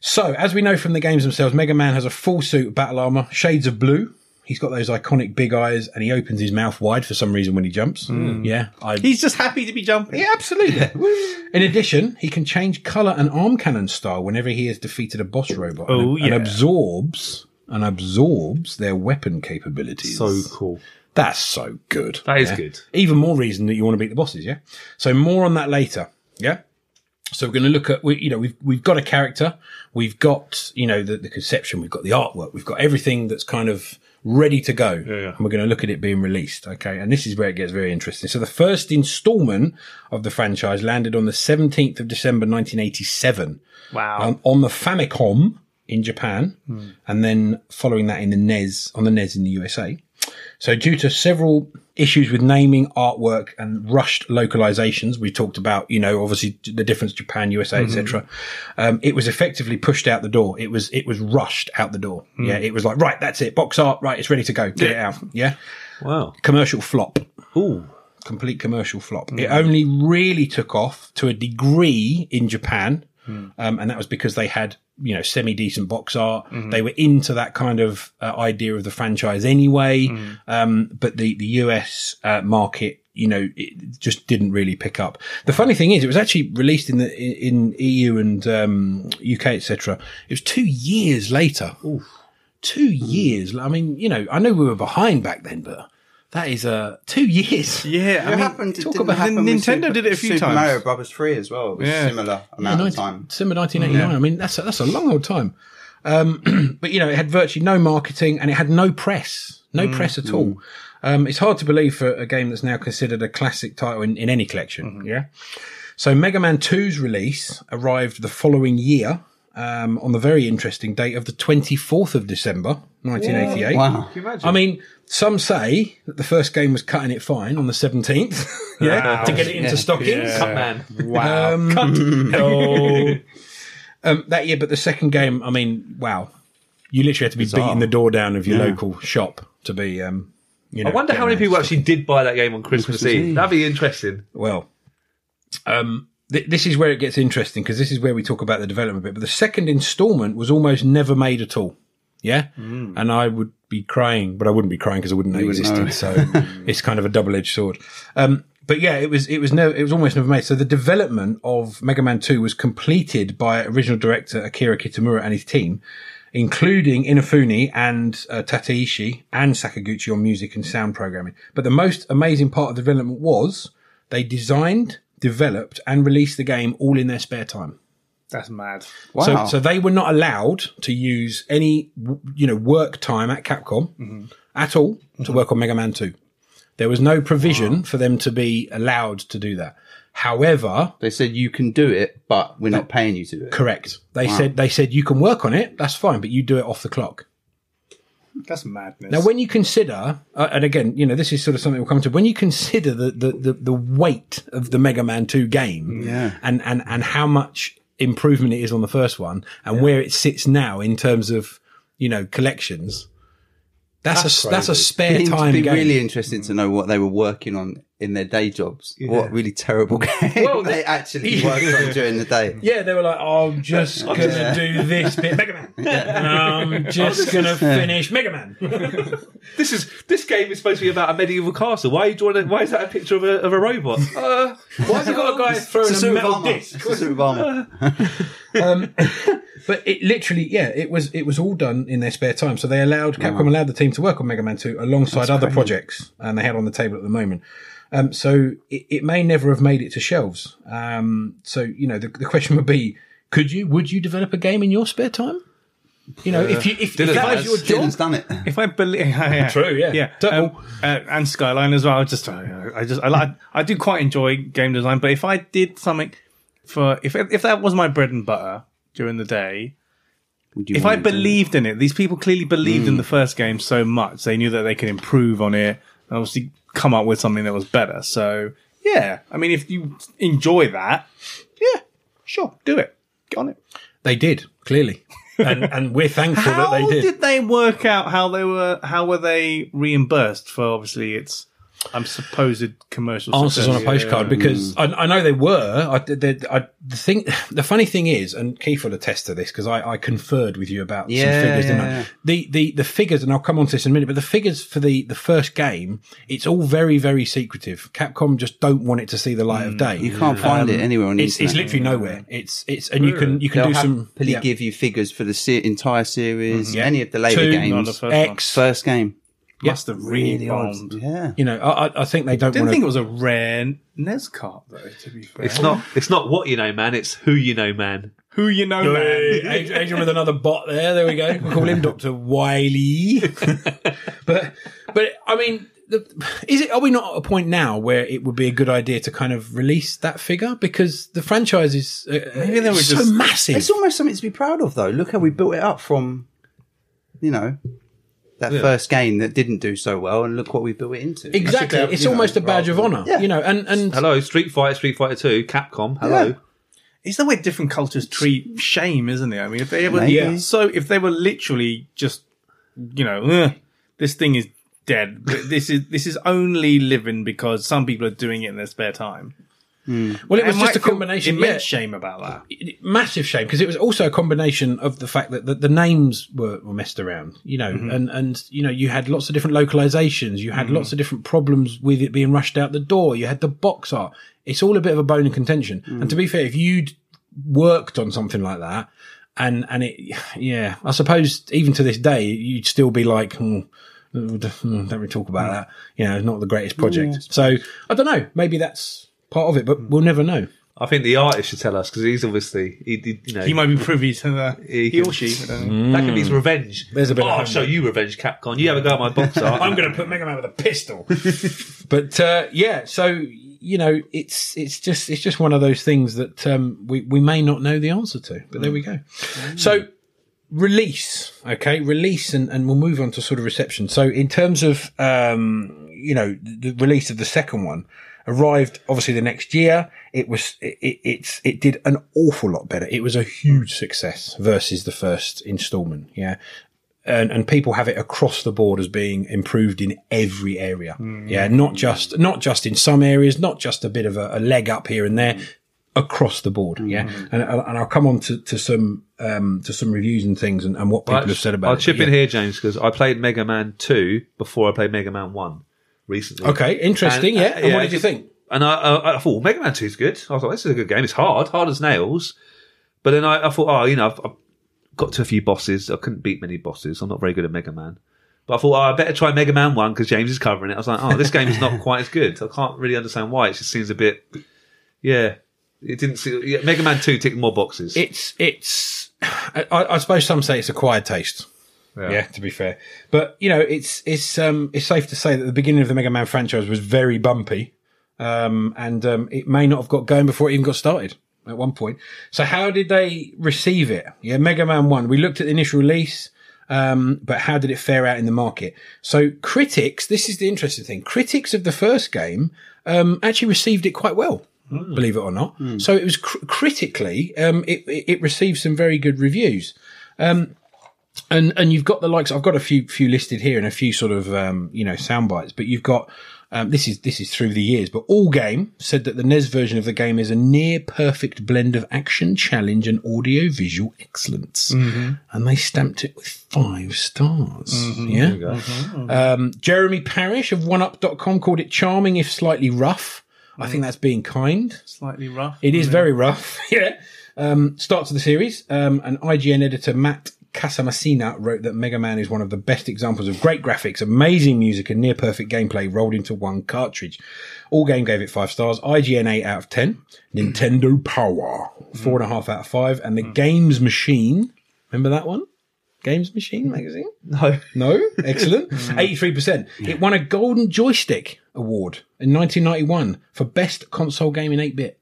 A: So as we know from the games themselves, Mega Man has a full suit of battle armor, shades of blue. He's got those iconic big eyes, and he opens his mouth wide for some reason when he jumps. Yeah, I
F: He's just happy to be jumping.
A: yeah, absolutely. In addition, he can change color and arm cannon style whenever he has defeated a boss robot.
F: Oh,
A: and, and
F: yeah.
A: absorbs and absorbs their weapon capabilities.
D: So cool.
A: that's so good.
D: That is
A: yeah?
D: good.
A: Even more reason that you want to beat the bosses. Yeah. So more on that later. Yeah. So we're going to look at we you know we've we've got a character, we've got you know the, the conception, we've got the artwork, we've got everything that's kind of ready to go, and we're going to look at it being released. Okay, and this is where it gets very interesting. So the first instalment of the franchise landed on the seventeenth of December, nineteen eighty-seven. Wow! Um, on the Famicom in Japan, and then following that in the NES on the NES in the USA. So, due to several issues with naming, artwork, and rushed localizations, we talked about, you know, obviously the difference Japan, USA, etc. Um, it was effectively pushed out the door. It was it was rushed out the door. Yeah, it was like right, that's it, box art, right, it's ready to go, get it out. Yeah,
D: Wow.
A: commercial flop
D: Ooh.
A: complete commercial flop. It only really took off to a degree in Japan, um, and that was because they had you know semi decent box art. They were into that kind of uh, idea of the franchise anyway, um, but the the US uh, market. You know, it just didn't really pick up. The funny thing is, it was actually released in the in in EU and um, UK, etc. It was two years later. Two years. I mean, you know, I know we were behind back then, but That is uh, two years.
F: Yeah, I
E: it
F: mean,
E: happened. It
F: talk
E: didn't
F: about
E: happen with
F: Nintendo
E: Super-
F: did it a few
E: Super
F: times.
E: Mario Brothers Three as well. It was
F: Yeah.
E: similar
A: Yeah,
E: amount
A: 19
E: of time.
A: December 1989. I mean, that's a, that's a long old time. Um, but you know, it had virtually no marketing and it had no press, no
E: Mm,
A: press at all. Um, it's hard to believe for a game that's now considered a classic title in, in any collection.
E: Mm-hmm.
A: Yeah. So Mega Man 2's release arrived the following year. Um, on the very interesting date of the 24th of December 1988.
E: Wow.
A: I mean, some say that the first game was cutting it fine on the 17th, yeah, to get it into stockings.
D: Cut man.
F: Wow.
A: Um, that year, but the second game, I mean, wow, you literally had to be beating the door down of your local shop to be. Um, you know,
D: I wonder how
A: getting
D: many
A: it.
D: people actually did buy that game on Christmas, Eve. That'd be interesting.
A: Well, um, th- this is where it gets interesting because this is where we talk about the development bit. But the second installment was almost never made at all. Yeah, and I would be crying, but I wouldn't be crying because I Mm. wouldn't know it existed. So it's kind of a double-edged sword. Um, but yeah, it was it was no it was almost never made. So the development of Mega Man Two was completed by original director Akira Kitamura and his team, including Inafune and uh, Tateishi and Sakaguchi on music and sound programming. But the most amazing part of the development was they designed, developed, and released the game all in their spare time.
F: That's mad.
E: Wow.
A: So, so they were not allowed to use any, w- you know, work time at Capcom at all to work on Mega Man Two. There was no provision for them to be allowed to do that. However,
E: they said you can do it, but we're not paying you to do it.
A: correct. They said they said you can work on it. That's fine, but you do it off the clock.
F: That's madness.
A: Now, when you consider, uh, and again, you know, this is sort of something we'll come to. When you consider the the, the, the weight of the Mega Man Two
F: Mm.
A: game,
E: Yeah.
A: and and and how much improvement it is on the first one, and where it sits now in terms of you know collections, that's, a s- that's a spare
E: It'd
A: time
E: be
A: game.
E: really interesting to know what they were working on in their day jobs. What really terrible game they actually worked on during the day.
A: yeah, they were like, "I'm just gonna do this bit, Mega Man. I'm just gonna finish Mega Man."
D: This is this game is supposed to be about a medieval castle. Why are you drawing? A, why is that a picture of a, of a robot? Uh,
A: Why has it got a guy throwing
E: It's
A: a
E: a
A: metal
E: Obama.
A: disc?
E: It's a Super Obama.
A: But it literally, yeah, it was it was all done in their spare time. So they allowed Capcom allowed the team to work on Mega Man Two alongside other projects, and they had on the table at the moment. Um, so it, it may never have made it to shelves. Um, so you know, the, the question would be: Could you? Would you develop a game in your spare time? You know, if you if, if
D: Dylan
A: that was
D: has.
A: your job,
E: Dylan's done it.
F: if I believe,
A: True, yeah.
F: yeah,
A: Double.
F: Um, uh, and Skyline as well. I just, uh, I, I just, I, like, I do quite enjoy game design, but if I did something for, if if that was my bread and butter during the day,
E: Would you
F: if I
E: want to do it?
F: believed in it, these people clearly believed in the
A: Mm.
F: first game so much they knew that they could improve on it and obviously come up with something that was better. So yeah, I mean, if you enjoy that, yeah, sure, do it. Get on it.
A: they did clearly, and and we're thankful that
F: How
A: they did.
F: they work out how they were? How were they reimbursed for? Obviously, its I'm supposed commercial
A: answers
F: success?
A: on a postcard because
E: Mm.
A: I, I know they were. I, they, I the thing, the funny thing is, and Keith will attest to this because I, I conferred with you about
E: Yeah,
A: some figures.
E: yeah,
A: didn't I?
E: yeah.
A: The the the figures, and I'll come on to this in a minute. But the figures for the the first game, it's all very very secretive. Capcom just don't want it to see the light of day.
E: Mm,
A: Um,
E: You can't find it anywhere on the
A: It's, it's
E: internet.
A: literally nowhere. It's it's and you can you can
E: They'll
A: do some
E: happily
A: yeah.
E: give you figures for the se- entire series,
A: Yeah.
E: any of the later
A: Two,
F: Not the
E: games.
F: first one.
A: X.
E: First game.
F: Must have really bombed.
E: Yeah.
A: You know, I, I- I think they don't
F: Didn't
A: want
F: think it
A: to.
F: was a rare NES card though. To be fair,
D: it's not. It's not what you know, man. It's who you know, man.
F: who you know, man.
A: Adrian with another bot there. There we go. We'll call him Doctor Wiley. but but I mean, the, is it? Are we not at a point now where it would be a good idea to kind of release that figure because the franchise is uh, maybe
F: they were
A: so
F: just-
A: massive?
E: It's almost something to be proud of, though. Look how we built it up from, you know, that first game that didn't do so well, and look what we built it into.
A: exactly.
E: That's
A: It's
E: you know,
A: almost a badge of
E: rather-
A: honor,
E: Yeah.
A: you know. And and
D: Hello, Street Fighter, Street Fighter Two, Capcom. Hello.
E: Yeah.
F: It's the way different cultures treat shame, isn't it? I mean, if they were
E: Maybe.
F: so, if they were literally just, you know, "Ugh, this thing is dead. but This is this is only living because some people are doing it in their spare time.
A: well, it was
F: I
A: just
F: might
A: a
F: feel
A: combination.
F: Immense
A: yeah.
F: shame about that.
A: massive shame because it was also a combination of the fact that the, the names were, were messed around, you know, and, and, you know, you had lots of different localizations, you had lots of different problems with it being rushed out the door, you had the box art. It's all a bit of a bone of contention. And to be fair, if you'd worked on something like that, and, and it, yeah, I suppose even to this day, you'd still be like, hmm, Don't we talk about that? You know, not the greatest project. So I don't know. Maybe that's part of it, but we'll never know.
D: I think the artist should tell us because he's obviously he, he- you know
F: He might be privy to the
D: He
F: he,
D: can-
F: or she. I don't know.
D: that could be his revenge.
A: There's a bit
D: Oh,
A: of
D: I'll show you revenge, Capcom. You have a go at my box art.
A: I'm going to put Mega Man with a pistol. but uh, yeah, so you know, it's it's just it's just one of those things that um, we we may not know the answer to. But there we go. So release, okay, release, and and we'll move on to sort of reception. So in terms of um, you know the the release of the second one. Arrived obviously the next year. It was it, it it's it did an awful lot better. It was a huge success versus the first instalment. Yeah, and, and people have it across the board as being improved in every area.
D: Mm.
A: Yeah, not just not just in some areas, not just a bit of a, a leg up here and there, across the board.
D: Mm.
A: Yeah, and, and I'll come on to, to some um, to some reviews and things and, and what people have said about
D: I'll
A: it.
D: chip
A: But
D: in
A: yeah.
D: here, James, because I played Mega Man Two before I played Mega Man One recently.
A: Okay, interesting.
D: And,
A: yeah.
D: uh,
A: and what
D: yeah,
A: did you think?
D: And I, I, I thought Mega Man Two is good. I thought this is a good game. It's hard, hard as nails. But then I, I thought, oh, you know, I've, I've got to a few bosses. I couldn't beat many bosses. I'm not very good at Mega Man. But I thought, oh, I better try Mega Man One because James is covering it. I was like, oh, this game is not quite as good. I can't really understand why. It just seems a bit, yeah. It didn't see yeah, Mega Man Two ticked more boxes.
A: It's it's. I, I suppose some say it's acquired taste. Yeah. to be fair, but you know, it's it's um it's safe to say that the beginning of the Mega Man franchise was very bumpy, um, and um, it may not have got going before it even got started at one point. So how did they receive it? Yeah, Mega Man One. We looked at the initial release, um, but how did it fare out in the market? So critics, this is the interesting thing. Critics of the first game um, actually received it quite well. Believe it or not, so it was cr- critically. Um, it, it it received some very good reviews Um, and and you've got the likes. I've got a few few listed here and a few sort of um, you know sound bites, but you've got um, this is this is through the years. But All Game said that the NES version of the game is a near perfect blend of action, challenge, and audio visual excellence, and they stamped it with five stars. Yeah, um, Jeremy Parrish of OneUp.com called it charming if slightly rough. I think that's being kind.
F: Mm. Slightly rough.
A: It is very rough. yeah. Um, starts of the series. Um, and IGN editor Matt Casamassina wrote that Mega Man is one of the best examples of great graphics, amazing music, and near perfect gameplay rolled into one cartridge. All game gave it five stars. IGN eight out of ten. Nintendo Power four and a half out of five. And the Games Machine. Remember that one? Games Machine magazine.
D: no.
A: No, excellent. Eighty-three percent. It won a Golden Joystick Award in 1991 for best console game in eight-bit.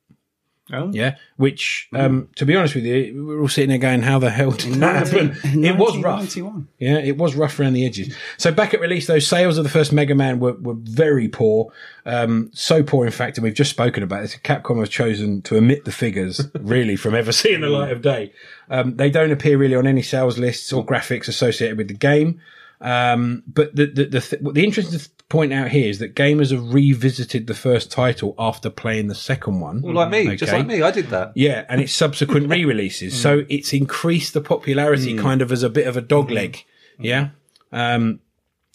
F: Oh.
A: Yeah, which, um, to be honest with you, we we're all sitting there going, "How the hell did that happen?" It was rough.
E: 1991.
A: Yeah, it was rough around the edges. So back at release, those sales of the first Mega Man were, were very poor. Um, so poor, in fact, and we've just spoken about this. Capcom have chosen to omit the figures really from ever seeing the light of day. Um, they don't appear really on any sales lists or graphics associated with the game. Um, but the the the, th- what the interesting th- point out here is that gamers have revisited the first title after playing the second one.
D: Well, like me, just
A: Okay.
D: like me, I did that.
A: Yeah, Mm. and its subsequent re-releases. So it's increased the popularity kind of as a bit of a dog leg. Yeah. Um,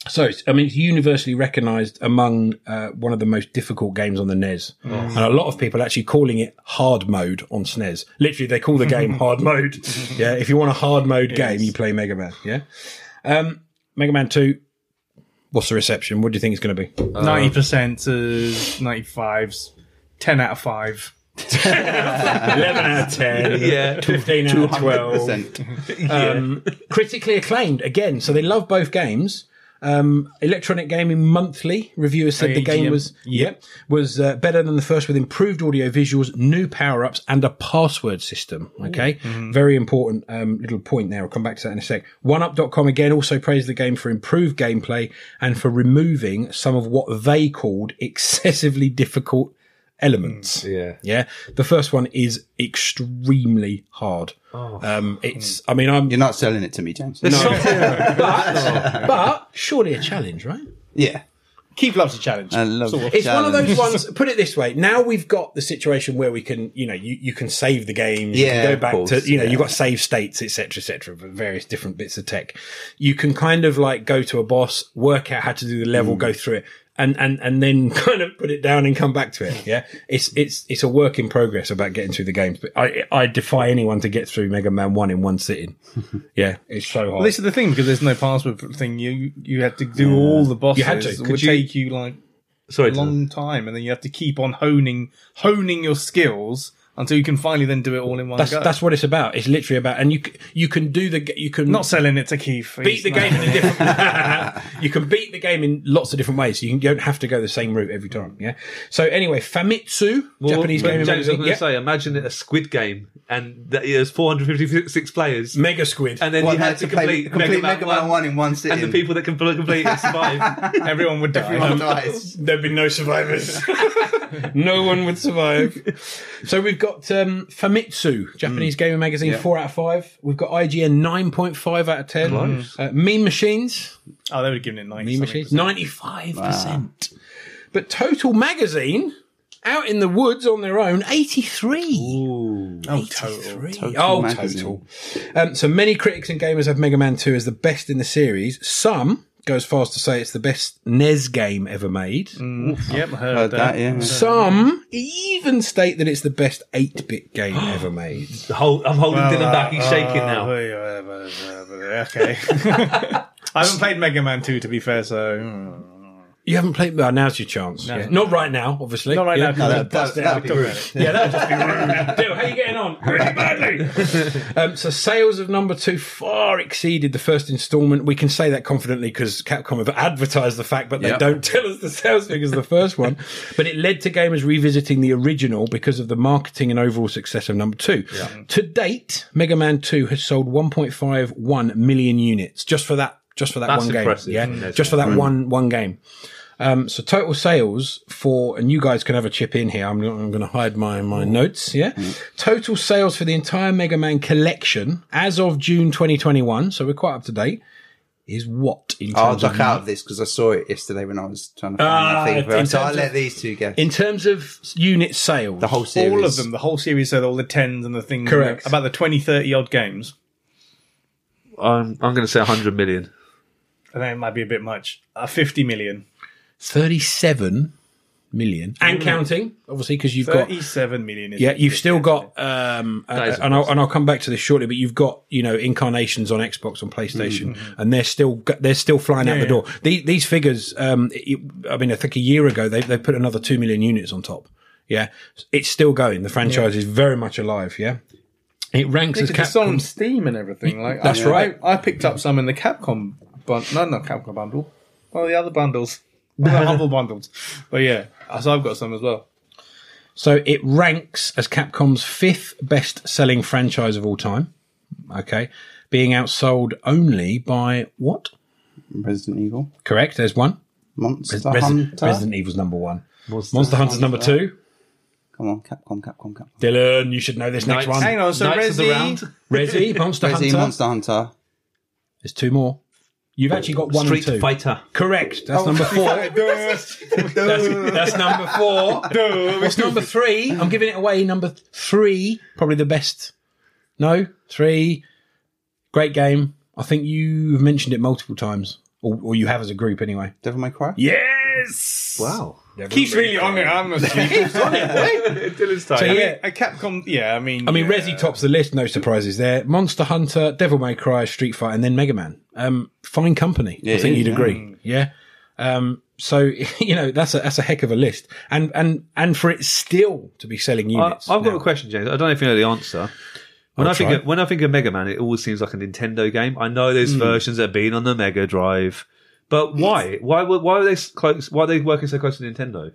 A: so it's, I mean, it's universally recognised among uh, one of the most difficult games on the NES, and a lot of people are actually calling it hard mode on SNES. Literally, they call the game hard mode. Yeah, if you want a hard mode game, you play Mega Man. Yeah, um, Mega Man Two. What's the reception? What do you think it's going to be?
F: Ninety percent to ninety fives. Ten out of five.
A: Eleven out of ten.
D: Yeah.
A: fifteen out of twelve.
E: 100%.
A: um, critically acclaimed again. So they love both games. Um, Electronic Gaming Monthly reviewers said the game
F: AGM.
A: was yep was uh, better than the first with improved audio visuals, new power ups, and a password system. Okay, very important um, little point there. I'll come back to that in a sec. OneUp.com again also praised the game for improved gameplay and for removing some of what they called excessively difficult elements.
D: yeah.
A: yeah. The first one is extremely hard. Um, it's. I mean, I'm
E: You're not selling it to me, James. Oh.
A: but, but surely a challenge, right?
E: Yeah.
F: Keep loves a challenge.
E: I love
F: Sort of.
A: It's one of those
E: Challenge.
A: ones. Put it this way: now we've got the situation where we can, you know, you, you can save the game, you
E: Yeah,
A: can go
E: of
A: back
E: course,
A: to, you know,
E: yeah.
A: you've got save states, etc., etc., for various
E: Mm.
A: different bits of tech. You can kind of like go to a boss, work out how to do the level, go through it. and and and then kind of put it down and come back to it. Yeah, it's it's it's a work in progress about getting through the games. But I I defy anyone to get through Mega Man One in one sitting. Yeah, it's so
F: Well,
A: hard.
F: this is the thing because there's no password thing. You you had to do all the bosses.
A: You had to.
F: It
A: Could
F: would
A: you-
F: take you like
D: Sorry,
F: a
D: to-
F: long time, and then you have to keep on honing honing your skills until you can finally then do it all in one
A: That's
F: go.
A: that's what it's about. It's literally about, and you c- you can do the g- you can
F: not selling it to Keith.
A: beat the game in a different. you can beat the game in lots of different ways. You, can, you don't have to go the same route every time. Yeah. So anyway, Famitsu,
D: Well,
A: Japanese
D: but
A: gaming
D: James, I was
A: magazine.
D: going to
A: Yeah.
D: say, imagine a Squid Game, and that there's 456 players,
A: Mega Squid.
D: and then
E: Well,
D: you
E: no,
D: had to
E: to play-
D: complete,
E: complete Mega Man 1 in one
D: and
E: sitting.
D: the people that can complete complete it survive.
F: Everyone would die.
E: Everyone dies.
A: There'd be no survivors. no one would survive. So we've got um, Famitsu, Japanese gaming magazine, four out of five. We've got IGN nine point five out of ten. Uh, mean Machines,
F: oh, they would have given it ninety.
A: Mean
F: something
A: Machines, ninety five percent. But Total Magazine, out in the woods on their own, eighty three.
F: Oh, total.
A: Oh,
E: Magazine.
A: total. Um, so many critics and gamers have Mega Man 2 as the best in the series. Some goes fast to say it's the best NES game ever made.
F: Mm. Yep, heard,
E: Heard
F: that.
E: that, yeah.
A: Some even state that it's the best 8 bit game ever made.
D: The whole, I'm holding Dylan back.
F: uh,
D: He's shaking now.
F: Oh, now. Okay. I haven't played Mega Man 2 to be fair, so mm.
A: You haven't played. Well, now's your chance. Yeah. Not right now, obviously.
F: not right
A: yeah.
F: now. 'cause
E: that-
F: bust
E: that-
F: it out.
E: that'd be
F: Talk about
E: rude.
F: it.
A: Yeah, that'd just be rude. Dale, how you getting on? Really badly. um, so sales of number two far exceeded the first instalment. We can say that confidently because Capcom have advertised the fact, but they
E: Yep.
A: don't tell us the sales figures of the first one. But it led to gamers revisiting the original because of the marketing and overall success of number two. To date, Mega Man 2 has sold 1.51 million units just for that. Just for that
D: That's
A: one game,
D: impressive.
A: yeah.
D: Mm.
A: Just for that one one game. Um, so total sales for, and you guys can have a chip in here. I'm, I'm going to hide my, my notes. Yeah.
E: Mm-hmm.
A: Total sales for the entire Mega Man collection as of June 2021. So we're quite up to date. Is what in
E: I'll
A: terms
E: duck
A: of
E: out of this because I saw it yesterday when I was trying to
A: Ah,
E: find my thing.
A: in
E: But- So
A: terms
E: I
A: of-
E: let these two go.
A: in terms of unit sales?
E: the whole series.
F: All of them, the whole series, so all the tens and the things.
A: Correct.
F: About the 20, 30 odd games.
D: I'm, I'm going to say 100 million.
F: I think it might be a bit much. Uh, 50 million.
A: 37 million
E: Mm-hmm.
A: and counting, obviously, because you've got
F: 37 million. Is
A: Yeah, you've still got, um, uh,
D: is
A: and I'll and I'll come back to this shortly. But you've got you know incarnations on Xbox on PlayStation, and they're still g- they're still flying out the
F: yeah.
A: door. These, these figures, um, it, I mean, I think a year ago they they put another two million units on top. Yeah, it's still going. The franchise is very much alive. Yeah, it ranks as
F: Because it's on
A: Capcom's
F: Steam and everything. Like
A: That's
F: I,
A: right.
F: I, I picked up some in the Capcom bundle. No, not Capcom bundle. One of the other bundles. One of the humble bundles. But yeah, so I've got some as well.
A: so it ranks as Capcom's fifth best selling franchise of all time. Okay, being outsold only by what?
E: Resident Evil,
A: Correct. There's one.
E: Monster
A: Resident,
E: Hunter.
A: Resident Evil's number one. Monster, Hunter's number two.
E: Come on, Capcom, Capcom, Capcom.
A: Dylan, you should know this next
D: Knights-
A: one.
F: Hang on, so
D: Knights of the
F: Resi-
D: round.
A: Resi, Monster
E: Resident
A: Hunter.
E: Monster Hunter.
A: There's two more. You've actually got one
D: Street
A: and two.
D: Fighter.
A: Correct.
E: Oh.
A: That's number four. That's number four. What's number three? I'm giving it away. Number three, probably the best. No, three. Great game. I think you've mentioned it multiple times, or, or you have as a group anyway.
E: Devil May Cry.
A: Yes.
D: Wow.
F: Keith's really on it. I'm asleep.
D: Dylan's time.
A: So
F: I mean,
A: yeah,
F: a Capcom, yeah, I mean.
A: I mean,
F: yeah.
A: Resi tops the list. No surprises there. Monster Hunter, Devil May Cry, Street Fighter, and then Mega Man. Um, fine company. I think
E: it is,
A: you'd agree. Yeah. Um, so you know that's a that's a heck of a list, and and and for it still to be selling
D: I,
A: units.
D: I've got
A: now.
D: a question, James. I don't know if you know the answer. When
A: I'll
D: I think
A: try.
D: of, when I think of Mega Man, it always seems like a Nintendo game. I know there's versions that have been on the Mega Drive, but why? Why? were- Why are they so close? Why are they working so close to Nintendo?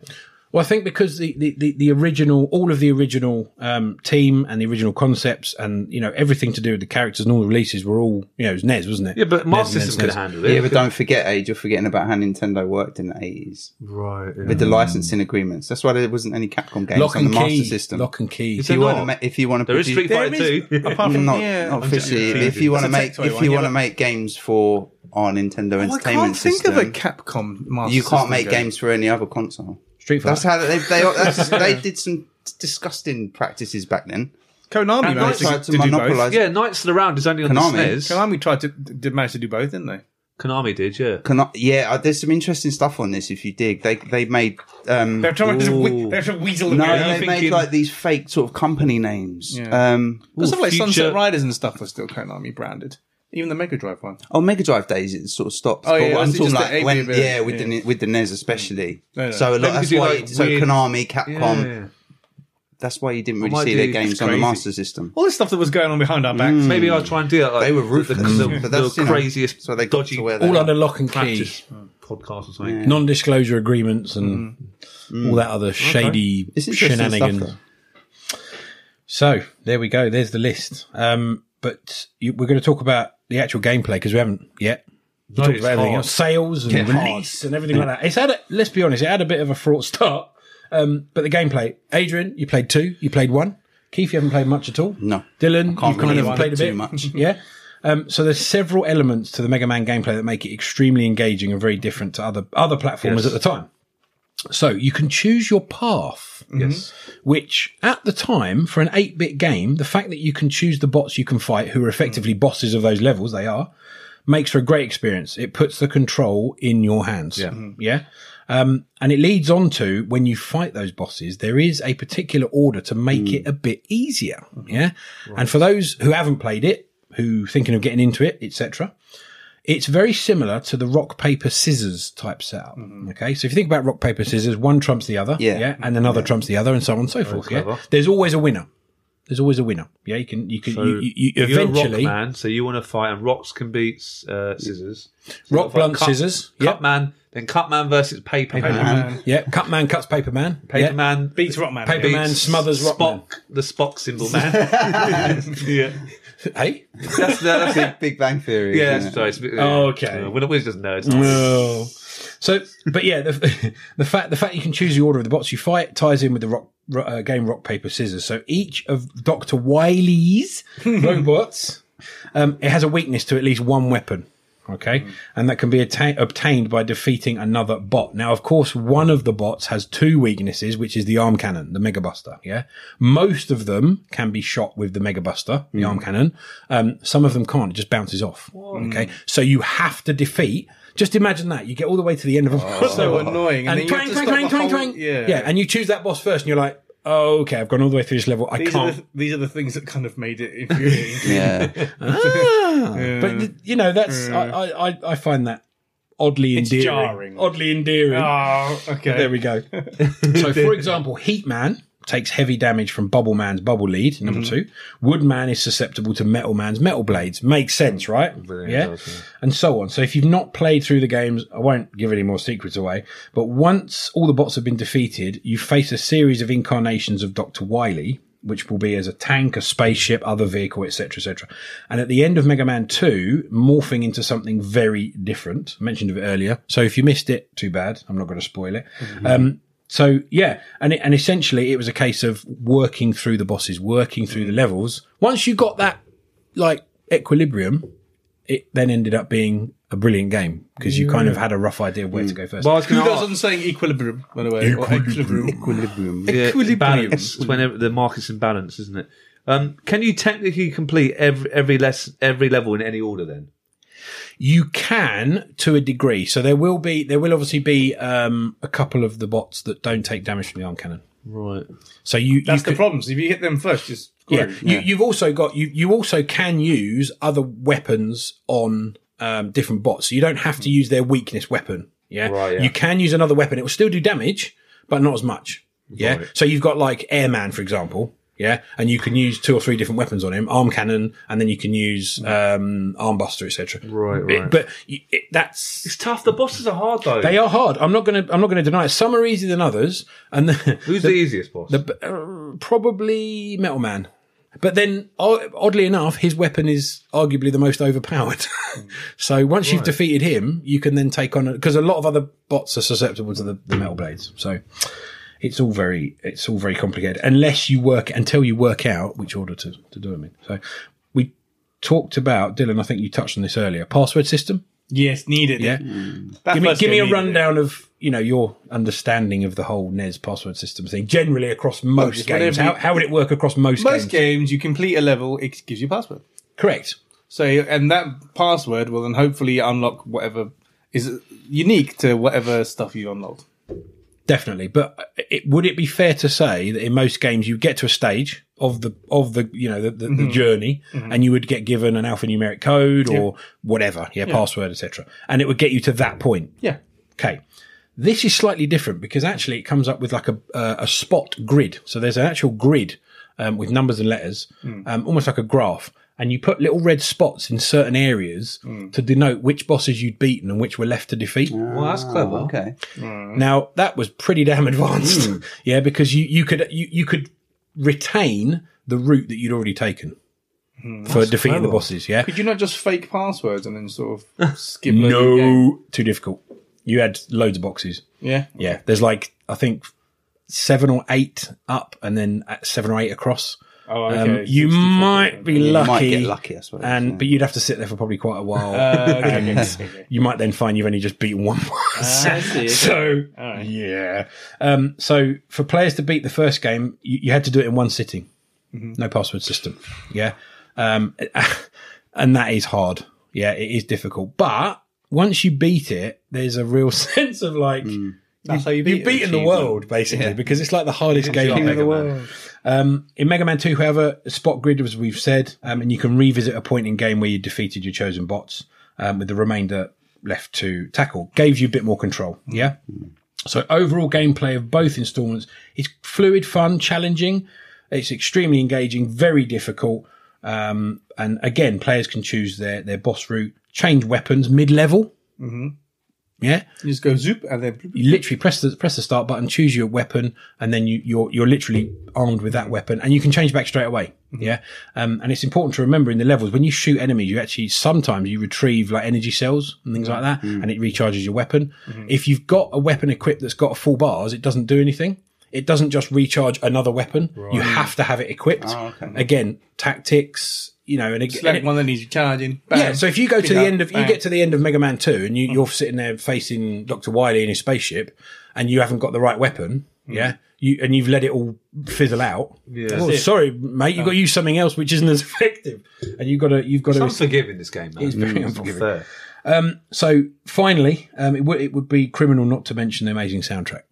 A: Well, I think because the, the, the, the original, all of the original um, team and the original concepts, and you know everything to do with the characters and all the releases were all you know it was NES, wasn't it? E
D: Yeah, but
A: NES,
D: Master
A: NES,
D: System could
A: NES.
D: handle it.
E: Yeah, but don't forget, age. You're forgetting about how Nintendo worked in the 80s
D: right. yeah.
E: with the licensing agreements. That's why there wasn't any Capcom games
A: E Lock
E: on
A: and
E: E the Master
A: key
E: System.
A: Lock and key.
E: if you
D: There
E: want to,
D: are.
E: ma- if you want to,
D: There is Street Fighter Two.
F: Apart from,
E: not,
F: yeah.
E: not officially. If you want to make, if you want to make games for our Nintendo
F: Oh, I
E: Entertainment
F: can't think
E: System,
F: of a Capcom master.
E: you can't
F: System
E: make
F: game.
E: games for any other console.
A: Street Fighter.
E: That's how they they, that's, they did some disgusting practices back then.
F: Konami
E: They
F: managed to,
E: tried to
F: to do both.
E: monopolize.
D: yeah, Knights of the Round is only on
E: Konami.
D: the SNES.
F: Konami tried to did manage to do both, didn't they?
D: Konami did, yeah.
E: Can I, yeah, uh, there's some interesting stuff on this. If you dig, they they made um,
F: They're trying to, we-
D: Ooh.
F: they're trying to weasel them
E: no,
F: out.
E: they
D: I'm
E: made
D: thinking-
E: like these fake sort of company names. Um,
F: But stuff like
D: future-
F: Sunset Riders and stuff was still Konami branded. Even the Mega Drive one.
E: Oh, Mega Drive days it sort of stopped.
F: Oh, yeah,
E: what
F: that's just the AV
E: when,
F: version,
E: yeah, with
F: yeah.
E: the with the NES especially.
F: No, no.
E: So a
D: They
E: lot, that's
D: could do,
E: why.
D: like,
E: so
D: weird-
E: Konami, Capcom.
D: Yeah.
E: That's why you didn't
D: might
E: really see
D: do-
E: their
D: it's
E: games on the
D: crazy.
E: Master System.
F: All this stuff that was going on behind our backs.
A: Mm.
D: Maybe I'll try and do that. Like,
E: They were
D: the-
E: ruthless, Mm.
D: The, the,
E: but that's,
D: the
E: you know,
D: craziest,
E: so they got
D: dodgy,
E: to where they
D: all
A: All
E: Yeah.
A: under lock and key.
D: practice podcast or something.
A: non-disclosure agreements and
E: Mm.
A: all that other shady
E: It's interesting stuff,
A: shenanigans. So there we go. There's the list. Um, but you, we're going to talk about the actual gameplay because we haven't yet. We
D: No,
A: talked
D: it's
A: about everything
D: hard.
A: else, sales and release and everything like that. It's had. A, let's be honest. It had a bit of a fraught start. Um, but the gameplay. Adrian, you played two. You played one. Keith, you haven't played much at all.
E: No.
A: Dylan, you
E: can't
A: kind
E: really
A: of
E: want
A: played a
E: too
A: bit.
E: much.
A: yeah. Um, so there's several elements to the Mega Man gameplay that make it extremely engaging and very different to other other platformers
D: Yes.
A: at the time. So you can choose your path,
D: Yes.
A: which at the time for an 8-bit game, the fact that you can choose the bots you can fight, who are effectively
D: Mm.
A: bosses of those levels, they are, makes for a great experience. It puts the control in your hands.
D: Yeah.
A: Yeah. Um, and it leads on to when you fight those bosses, there is a particular order to make
D: Hmm.
A: it a bit easier.
D: Mm-hmm.
A: Yeah. And for those who haven't played it, who thinking of getting into it, etc., it's very similar to the rock paper scissors type setup.
D: Mm-hmm.
A: Okay, so if you think about rock paper scissors, one trumps the other,
E: Yeah.
A: and another trumps the other, and so on and so forth. Yeah,
D: clever.
A: there's always a winner. There's always a winner. Yeah, you can you can
D: So
A: you, you, you
D: you're a
A: eventually
D: rock man, so you want to fight, and rocks can beat uh, scissors. So
A: Rock
D: if I
A: blunt scissors,
D: Cut
A: yep.
D: man, then cut man versus paper, man.
A: yeah, cut man cuts paper man.
D: Paper
A: yeah.
D: man
F: Beats Rockman.
A: Paper
D: beats
A: Man smothers rock
D: Spock, the Spock symbol man. yeah,
A: Hey,
D: that's that's the
E: Big Bang Theory.
D: Yeah,
E: isn't
D: that's
E: it?
D: sorry. It's a bit,
A: Oh, okay. Mm.
D: Uh, we're, not- we're just nerds.
A: No. So, but yeah, the, the fact the fact you can choose the order of the bots you fight ties in with the rock ro- uh, game rock paper scissors. So each of Doctor Wily's robots, um, it has a weakness to at least one weapon. Okay,
F: Mm.
A: and that can be atta- obtained by defeating another bot. Now, of course, one of the bots has two weaknesses, which is the arm cannon, the Mega Buster. Yeah, most of them can be shot with the Mega Buster,
F: Mm.
A: the arm cannon. Um, some of them can't; it just bounces off. Okay, so you have to defeat. Just imagine that you get all the way to the end of a boss
F: Oh. so annoying.
A: and,
F: then you
A: twang,
F: have to
A: twang,
F: stop
A: twang,
F: the
A: twang,
F: whole-
A: twang.
F: Yeah.
A: yeah, and you choose that boss first, and you're like, oh, okay, I've gone all the way through this level. I
F: these, are
A: can't.
F: the, these are the things that kind of made it infuriating.
E: Yeah.
A: Ah.
F: Mm.
A: But th- you know, that's I, I I- I find that oddly
F: It's
A: endearing.
F: jarring.
A: Oddly endearing.
F: oh, okay.
A: There we go. so, for example, Heat Man takes heavy damage from Bubble Man's Bubble Lead, number two. Wood Man is susceptible to Metal Man's Metal Blades. Makes sense, right? Yeah. And so on. So, if you've not played through the games, I won't give any more secrets away. But once all the bots have been defeated, you face a series of incarnations of Dr. Wily. Which will be as a tank, a spaceship, other vehicle, etc., etc. And at the end of Mega Man 2, morphing into something very different. I mentioned it earlier. So if you missed it, too bad. I'm not going to spoil it. Um, so yeah, and it, and essentially it was a case of working through the bosses, working through the levels. Once you got that like equilibrium, it then ended up being a brilliant game because you kind of had a rough idea of where to go first.
D: Well, I was
F: Who
D: going to ask.
F: doesn't say equilibrium, by the way? Or equilibrium.
E: Equilibrium.
D: Yeah,
F: equilibrium?
D: balance. It's when the market's in balance, isn't it? Um, can you technically complete every every less every level in any order? Then
A: you can to a degree. So there will be there will obviously be um, a couple of the bots that don't take damage from the arm cannon.
D: right.
A: So you
F: That's
A: you
F: the
A: could-
F: problem. So if you hit them first, just
A: Yeah.
F: screw.
A: You, you've also got you. You also can use other weapons on um, different bots. So you don't have to use their weakness weapon. Yeah?
D: Hmm. Right, yeah.
A: You can use another weapon. It will still do damage, but not as much. Yeah. So you've got like Airman, for example. Yeah, and you can use two or three different weapons on him: arm cannon, and then you can use um, armbuster, etc.
D: Hmm. Right,
A: It-
D: right.
A: but you, it, that's
D: It's tough. The bosses are hard though.
A: they are hard. I'm not going to. I'm not going to deny it. Some are easier than others, and the,
D: Who's the, easiest boss?
A: the, uh, probably Metal Man. But then, o- oddly enough, his weapon is arguably the most overpowered. so once you've defeated him, you can then take on because a lot of other bots are susceptible to the, the metal blades. So it's all very it's all very complicated unless you work until you work out which order to, to do them in. So we talked about Dylan. I think you touched on this earlier. Password system.
F: Yes, needed.
A: Yeah.
F: it. That
A: Give me,
F: first
A: give me
F: game
A: a
F: needed it.
A: rundown of you know your understanding of the whole NES password system thing generally across most
F: just
A: games.
F: whatever
A: How,
F: you-
A: how would it work across most,
F: Most games, you complete a level, it gives you a password.
A: Correct.
F: So and that password will then hopefully unlock whatever is unique to whatever stuff you unlock.
A: Definitely, but it, would it be fair to say that in most games you get to a stage of the of the you know the, the,
F: Mm-hmm.
A: the journey, and you would get given an alphanumeric code or whatever, yeah, password, etc., and it would get you to that point.
F: Yeah.
A: Okay, this is slightly different because actually it comes up with like a uh, a spot grid. So there's an actual grid um, with numbers and letters, um, almost like a graph, and you put little red spots in certain areas to denote which bosses you'd beaten and which were left to defeat.
D: Well, that's
A: Ah,
D: clever.
E: Okay.
A: Now that was pretty damn advanced, yeah, because you you could you, you could retain the route that you'd already taken for defeating the
D: clever.
A: bosses. Yeah,
F: Could you not just fake passwords and then sort of skip? over the game?
A: no, too difficult. You had loads of boxes.
F: Yeah.
A: Yeah, there's like I think seven or eight up, and then uh, seven or eight across.
F: Oh,
A: Um,
F: okay.
A: you
F: 64.
A: might be
E: You
A: lucky,
E: might get lucky, I suppose,
A: and
E: yeah.
A: but you'd have to sit there for probably quite a while.
F: Uh, okay, okay,
A: and
F: okay, okay. Ah,
A: you might then find you've only just beaten one boss.
F: I see, okay.
A: So
F: right.
A: yeah, um, so for players to beat the first game, you, you had to do it in one sitting,
F: Mm-hmm.
A: no password system. Yeah, um, and that is hard. Yeah, it is difficult, but once you beat it, there's a real sense of like.
F: Hmm. That's how you beat
A: You've beaten the world, basically, because it's like the hardest game
D: King
A: in
D: of
A: Mega
D: the
A: Man. Um, in Mega Man 2, however, spot grid, as we've said, um, and you can revisit a point in game where you defeated your chosen bots um, with the remainder left to tackle, gave you a bit more control. Yeah. So overall gameplay of both installments is fluid, fun, challenging. It's extremely engaging, very difficult. Um, and again, players can choose their, their boss route, change weapons mid level. Mm-hmm. Yeah
F: You just go zoop and then bloop, bloop.
A: you literally press the press the start button, choose your weapon, and then you, you're you're literally armed with that weapon, and you can change back straight away. Yeah, um, and it's important to remember in the levels when you shoot enemies, you actually sometimes you retrieve like energy cells and things like that, and it recharges your weapon. If you've got a weapon equipped that's got full bars, it doesn't do anything. It doesn't just recharge another weapon. You have to have it equipped. Again, tactics, you know, and again,
F: select one that needs recharging. Bam.
D: Um,
A: yeah, so if you go to
F: Pick
A: the
F: up,
A: end of you
F: bang.
A: get to the end of Mega Man Two, and
D: Mm.
A: you, you're sitting there facing Doctor Wily in his spaceship, and you haven't got the right weapon, yeah, you and you've let it all fizzle out.
D: Mm. Yeah.
A: Oh,
D: That's it.
A: sorry, mate, you've got to use something else which isn't as effective, and you've got to you've got
D: It's
A: to.
D: unforgiving this game, though.
A: It's very
D: not
A: unforgiving.
D: fair.
A: So finally, um, it would it would be criminal not to mention the amazing soundtrack.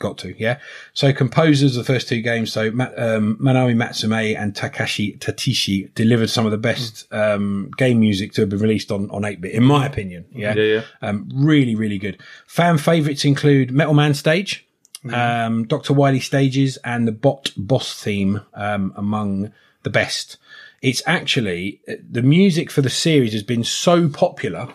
A: Got to, yeah. So composers of the first two games, so Ma- um, Manami Matsume and Takashi Tatishi delivered some of the best um, game music to have been released on on eight bit, in my opinion. Yeah,
D: Yeah, yeah.
A: Um, really, really good. Fan favorites include Metal Man stage, um, Doctor Wily stages, and the Bot Boss theme um, among the best. It's actually the music for the series has been so popular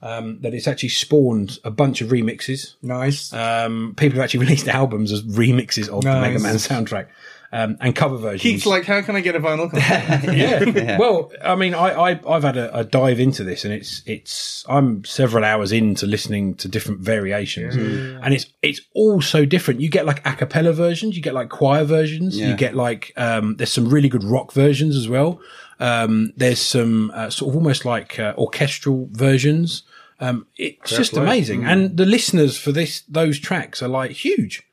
A: um, that it's actually spawned a bunch of remixes
F: nice.
A: um, people have actually released albums as remixes of the
F: Nice.
A: Mega Man soundtrack um, and cover versions.
F: Keith's like, how can I get a vinyl? copy?"
A: yeah. Well, I mean, I, I I've had a, a dive into this, and it's it's I'm several hours into listening to different variations, and it's it's all so different. You get like a cappella versions, you get like choir versions, you
E: Yeah.
A: get like um, there's some really good rock versions as well. Um, there's some uh, sort of almost like uh, orchestral versions. Um, it's just amazing,
E: Mm.
A: and the listeners for this those tracks are like huge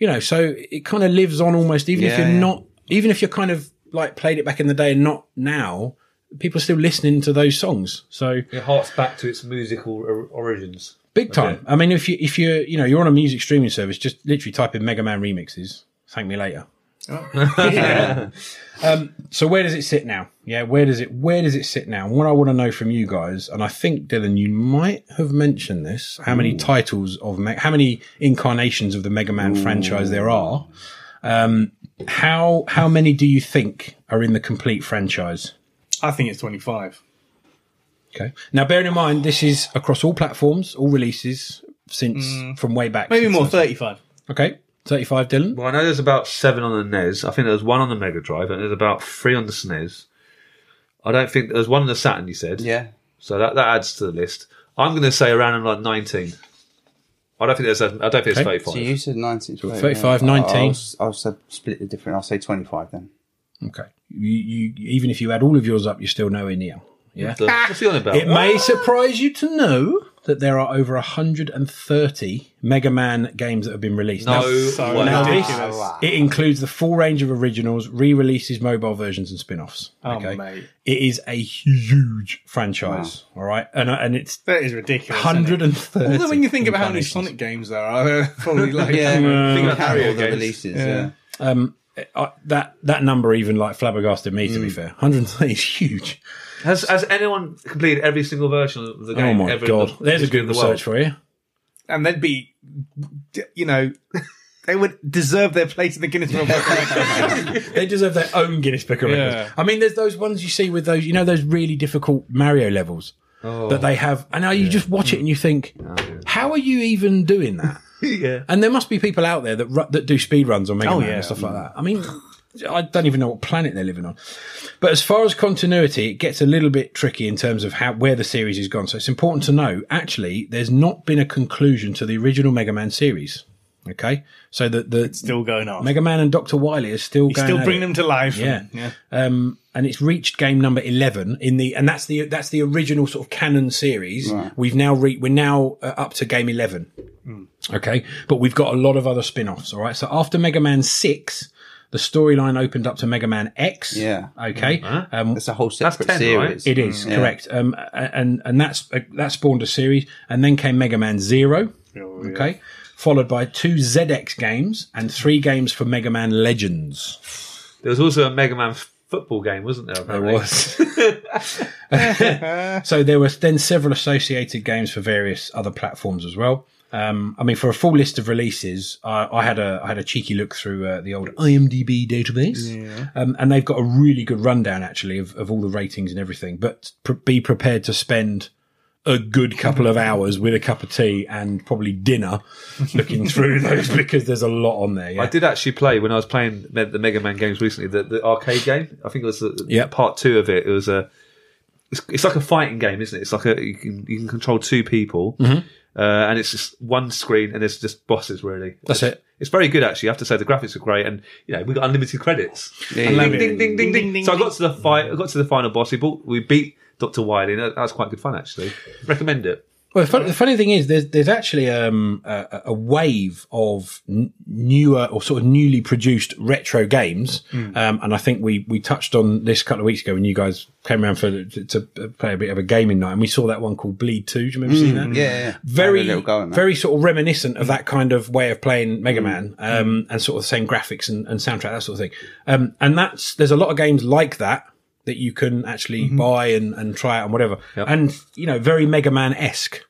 A: you know so it kind of lives on almost even if
E: Yeah,
A: you're
E: yeah.
A: not even if you're kind of like played it back in the day and not now people are still listening to those songs so
D: It harks back to its musical or- origins.
A: big time i mean if you if you're you know you're on a music streaming service just literally type in mega man remixes thank me later um, so where does it sit now yeah where does it where does it sit now and what i want to know from you guys and i think dylan you might have mentioned this how many titles of Me- how many incarnations of the mega man franchise there are um, how how many do you think are in the complete franchise
F: I think it's 25.
A: okay now bearing in mind this is across all platforms all releases since from way back
F: Mm. Maybe
A: since
F: more,
A: I-
F: 35.
A: Okay, 35, Dylan.
D: Well, I know there's about seven on the NES. I think there's one on the Mega Drive, and there's about three on the SNES. I don't think there's one on the Saturn. You said,
E: Yeah.
D: So that, that adds to the list. I'm going to say around like 19. I don't think there's. I don't think it's
A: Okay.
D: 35.
E: So you said 19. to
A: 35, 19.
E: I'll, s- I'll s- split the difference. I'll say 25 then.
A: Okay. You, you, even if you add all of yours up, you're still nowhere near. Yeah.
D: So, what's he on about?
A: It may surprise you to know that there are over 130 Mega Man games that have been released.
D: No
A: Now,
F: So
D: way.
A: now this,
F: ridiculous.
A: it includes the full range of originals, re-releases, mobile versions, and spin-offs.
F: Oh, mate.
A: It is a huge franchise. All right, and uh, and it's
F: That is ridiculous. isn't it?
A: 130.
F: Although when you think about how many
A: incarnations.
F: Sonic games there are, they're probably like
E: Yeah, think
D: about
E: about all
D: Mario
E: the
D: games.
E: releases. Yeah.
A: I, Uh, that that number even like flabbergasted me. To be
D: Hmm.
A: fair, 130 is huge.
D: Has Has anyone completed every single version of the
A: Oh
D: game?
A: my
D: ever in
A: god,
D: the
A: there's a
D: history
A: good
D: of the world?
A: research for you.
F: and they'd be, you know, they would deserve their place in the Guinness World Book.
A: They deserve their own Guinness Book of Records.
F: Yeah.
A: I mean, there's those ones you see with those, you know, those really difficult Mario levels that they have. And now you just watch it and you think, how are you even doing that?
D: Yeah.
A: And there must be people out there that ru- that do speed runs on Mega
F: Oh,
A: Man
F: yeah.
A: and stuff like that. I mean, I don't even know what planet they're living on. But as far as continuity, it gets a little bit tricky in terms of how where the series has gone. So it's important to know actually, there's not been a conclusion to the original Mega Man series. Okay, so the the
F: still going on.
A: Mega Man and Doctor Wily are still
F: you
A: going
F: still
A: at
F: bring
A: it.
F: them to life.
A: Yeah.
F: and- yeah.
A: Um, and it's reached game number eleven in the, and that's the that's the original sort of canon series. We've now re- we're now uh, up to game eleven. Okay, but we've got a lot of other spin-offs. All right, so after Mega Man six, the storyline opened up to Mega Man X.
E: Yeah.
A: Okay. Um,
E: It's a whole separate
D: 10, right?
E: series.
A: it is correct. Um, a- and and that's uh, that spawned a series, and then came Mega Man Zero. Okay. Followed by two ZX games and three games for Mega Man Legends.
D: There was also a Mega Man f- football game, wasn't there?
A: There
D: apparently?
A: was. so there were then several associated games for various other platforms as well. Um, I mean, for a full list of releases, I, I had a I had a cheeky look through uh, the old IMDb database, um, and they've got a really good rundown actually of, of all the ratings and everything. But pr- be prepared to spend a good couple of hours with a cup of tea and probably dinner looking through those because there's a lot on there.
D: I
A: Yeah,
D: did actually play when I was playing Me- the Mega Man games recently. The, the arcade game, I think it was the,
A: Yep.
D: part two of it. It was a, it's, it's like a fighting game, isn't it? It's like a you can, you can control two people,
A: Mm-hmm.
D: uh, and it's just one screen, and there's just bosses really.
A: That's
D: it's,
A: it.
D: It's very good actually. I have to say the graphics are great, and you know we got unlimited credits.
E: Yeah,
D: And
E: yeah,
D: ding,
E: yeah.
D: ding, ding, ding, ding, So I got to the fight. I got to the final boss. We, bought, we beat Doctor Wily. and That that was quite good fun actually. Recommend it.
A: Well, the fun- the funny thing is, there's there's actually um, a, a wave of n- newer or sort of newly produced retro games,
E: Hmm.
A: um, and I think we we touched on this a couple of weeks ago when you guys came around for to, to play a bit of a gaming night, and we saw that one called Bleed Two. Do you remember seeing that?
E: Hmm, Yeah, yeah. I had a
A: Very,
E: little go in that.
A: very sort of reminiscent of that kind of way of playing Mega Man, um, and sort of the same graphics and, and soundtrack, that sort of thing. Um, and that's there's a lot of games like that that you can actually buy and, and try out and whatever, and you know, very Mega Man esque.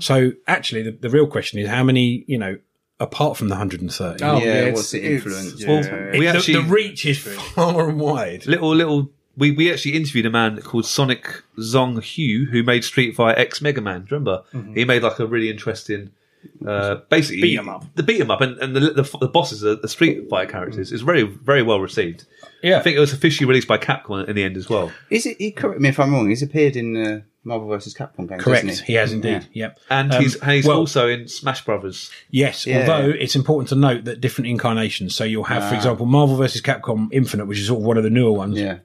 A: So actually, the, the real question is how many, you know, apart from the 130,
E: Yeah,
F: it's-
E: what's the
F: it's-
E: influence?
F: yeah.
D: Well,
A: it-
D: we
A: the,
D: actually
A: the reach is far and wide.
D: little little we, we actually interviewed a man called Sonic Zong Hu who made Street Fighter X Mega Man. Do you remember? He made like a really interesting, uh, basically
F: Beat 'em up.
D: The beat 'em up and, and the, the the bosses are the Street Fighter characters. It's very very well received.
A: Yeah.
D: I think it was officially released by Capcom in the end as well.
E: Is it? He, correct me if I'm wrong. He's appeared in uh, Marvel vs. Capcom games.
A: Correct.
E: hasn't
A: He has indeed. Yep.
D: And
A: Um,
D: he's and he's
A: well-
D: also in Smash Brothers.
A: Yes,
E: Yeah. Ah.
A: although it's important to note that different incarnations. So you'll have, for example, Marvel versus Capcom Infinite, which is sort of one of the newer ones.
E: Yeah,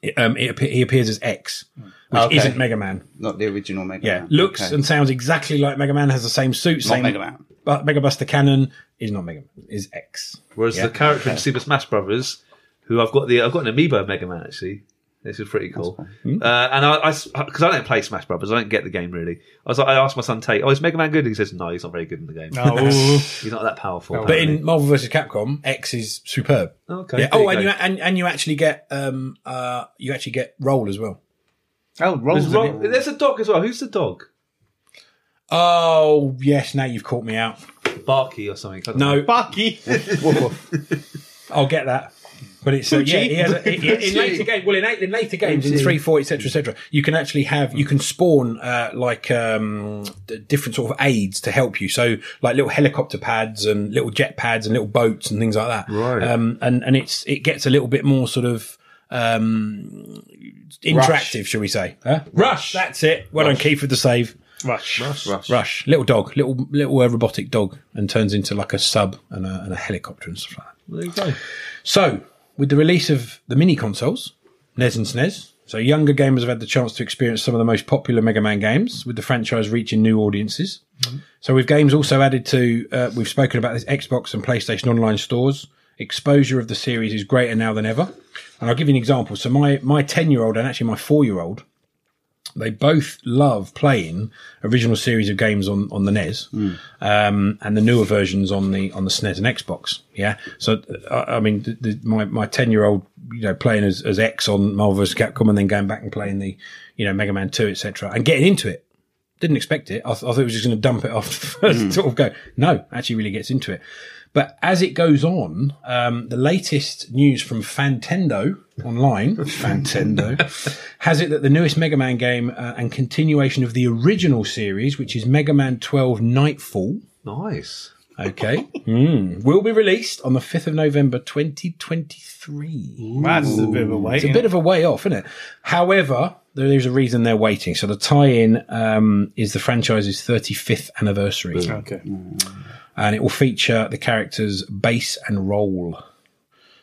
A: It, um, it, appe- he appears as X, which
E: Okay.
A: isn't Mega Man.
E: not the original Mega
A: Yeah,
E: Man.
A: looks
E: Okay.
A: and sounds exactly like Mega Man. Has the same suit.
E: Not
A: Same
E: Mega Man.
A: But Mega Buster Cannon is not Mega Man. Is X.
D: Whereas the character in Super Smash Brothers, who I've got the I've got an amiibo of Mega Man actually. This is pretty cool.
A: Hmm?
D: Uh, and I, because I, 'cause I don't play Smash Brothers, I don't get the game really. I was like, I asked my son Tate, "Oh, is Mega Man good?" And he says, "No, he's not very good in the game.
F: Oh.
D: he's not that powerful."
A: But in Marvel vs. Capcom, X is superb.
D: Okay,
A: Yeah.
D: there
A: Oh,
D: you
A: and
D: go.
A: you and, and you actually get um uh you actually get Roll as well.
F: Oh,
D: there's,
F: rolls in
D: Rob-
F: it.
D: there's a dog as well. Who's the dog?
A: Oh yes, now you've caught me out.
D: Barky or something? I don't know.
A: No,
F: Bucky.
A: I'll get that. But it's uh, yeah, he has a, he- in later games. Well, in, eight, in later games, in three, four, etc., etc., you can actually have you can spawn uh, like um, d- different sort of aids to help you. So like little helicopter pads and little jet pads and little boats and things like that.
D: Right.
A: Um, and and it's it gets a little bit more sort of um interactive shall we say huh? rush that's it well done keith with the save
F: Rush.
E: Rush.
A: rush little dog little little uh, robotic dog and turns into like a sub and a, and a helicopter and stuff like that
D: There you go.
A: so, with the release of the mini consoles, NES E and SNES, So younger gamers have had the chance to experience some of the most popular Mega Man games, with the franchise reaching new audiences. So with games also added to, uh, we've spoken about this Xbox and PlayStation online stores. Exposure of the series is greater now than ever, and I'll give you an example. So my my ten year old and actually my four year old, they both love playing original series of games on on the E NES um, and the newer versions on the on the SNES and Xbox. Yeah, so I, I mean, the, the, my my ten year old, you know, playing as, as X on Marvel vs. Capcom, and then going back and playing the, you know, Mega Man Two, etc., and getting into it. Didn't expect it. I, th- I thought he was just going to dump it after the first sort of go. No, actually, really gets into it. But as it goes on, um, the latest news from Fantendo online, Fantendo, has it that the newest Mega Man game uh, and continuation of the original series, which is Mega Man 12 Nightfall,
D: Nice.
A: okay, mm, will be released on the 5th of November 2023.
F: That's a bit of a wait.
A: It's a bit of a way off, isn't it? However, there is a reason they're waiting. So the tie-in um, is the franchise's 35th anniversary,
F: okay.
A: and it will feature the characters Base and Roll.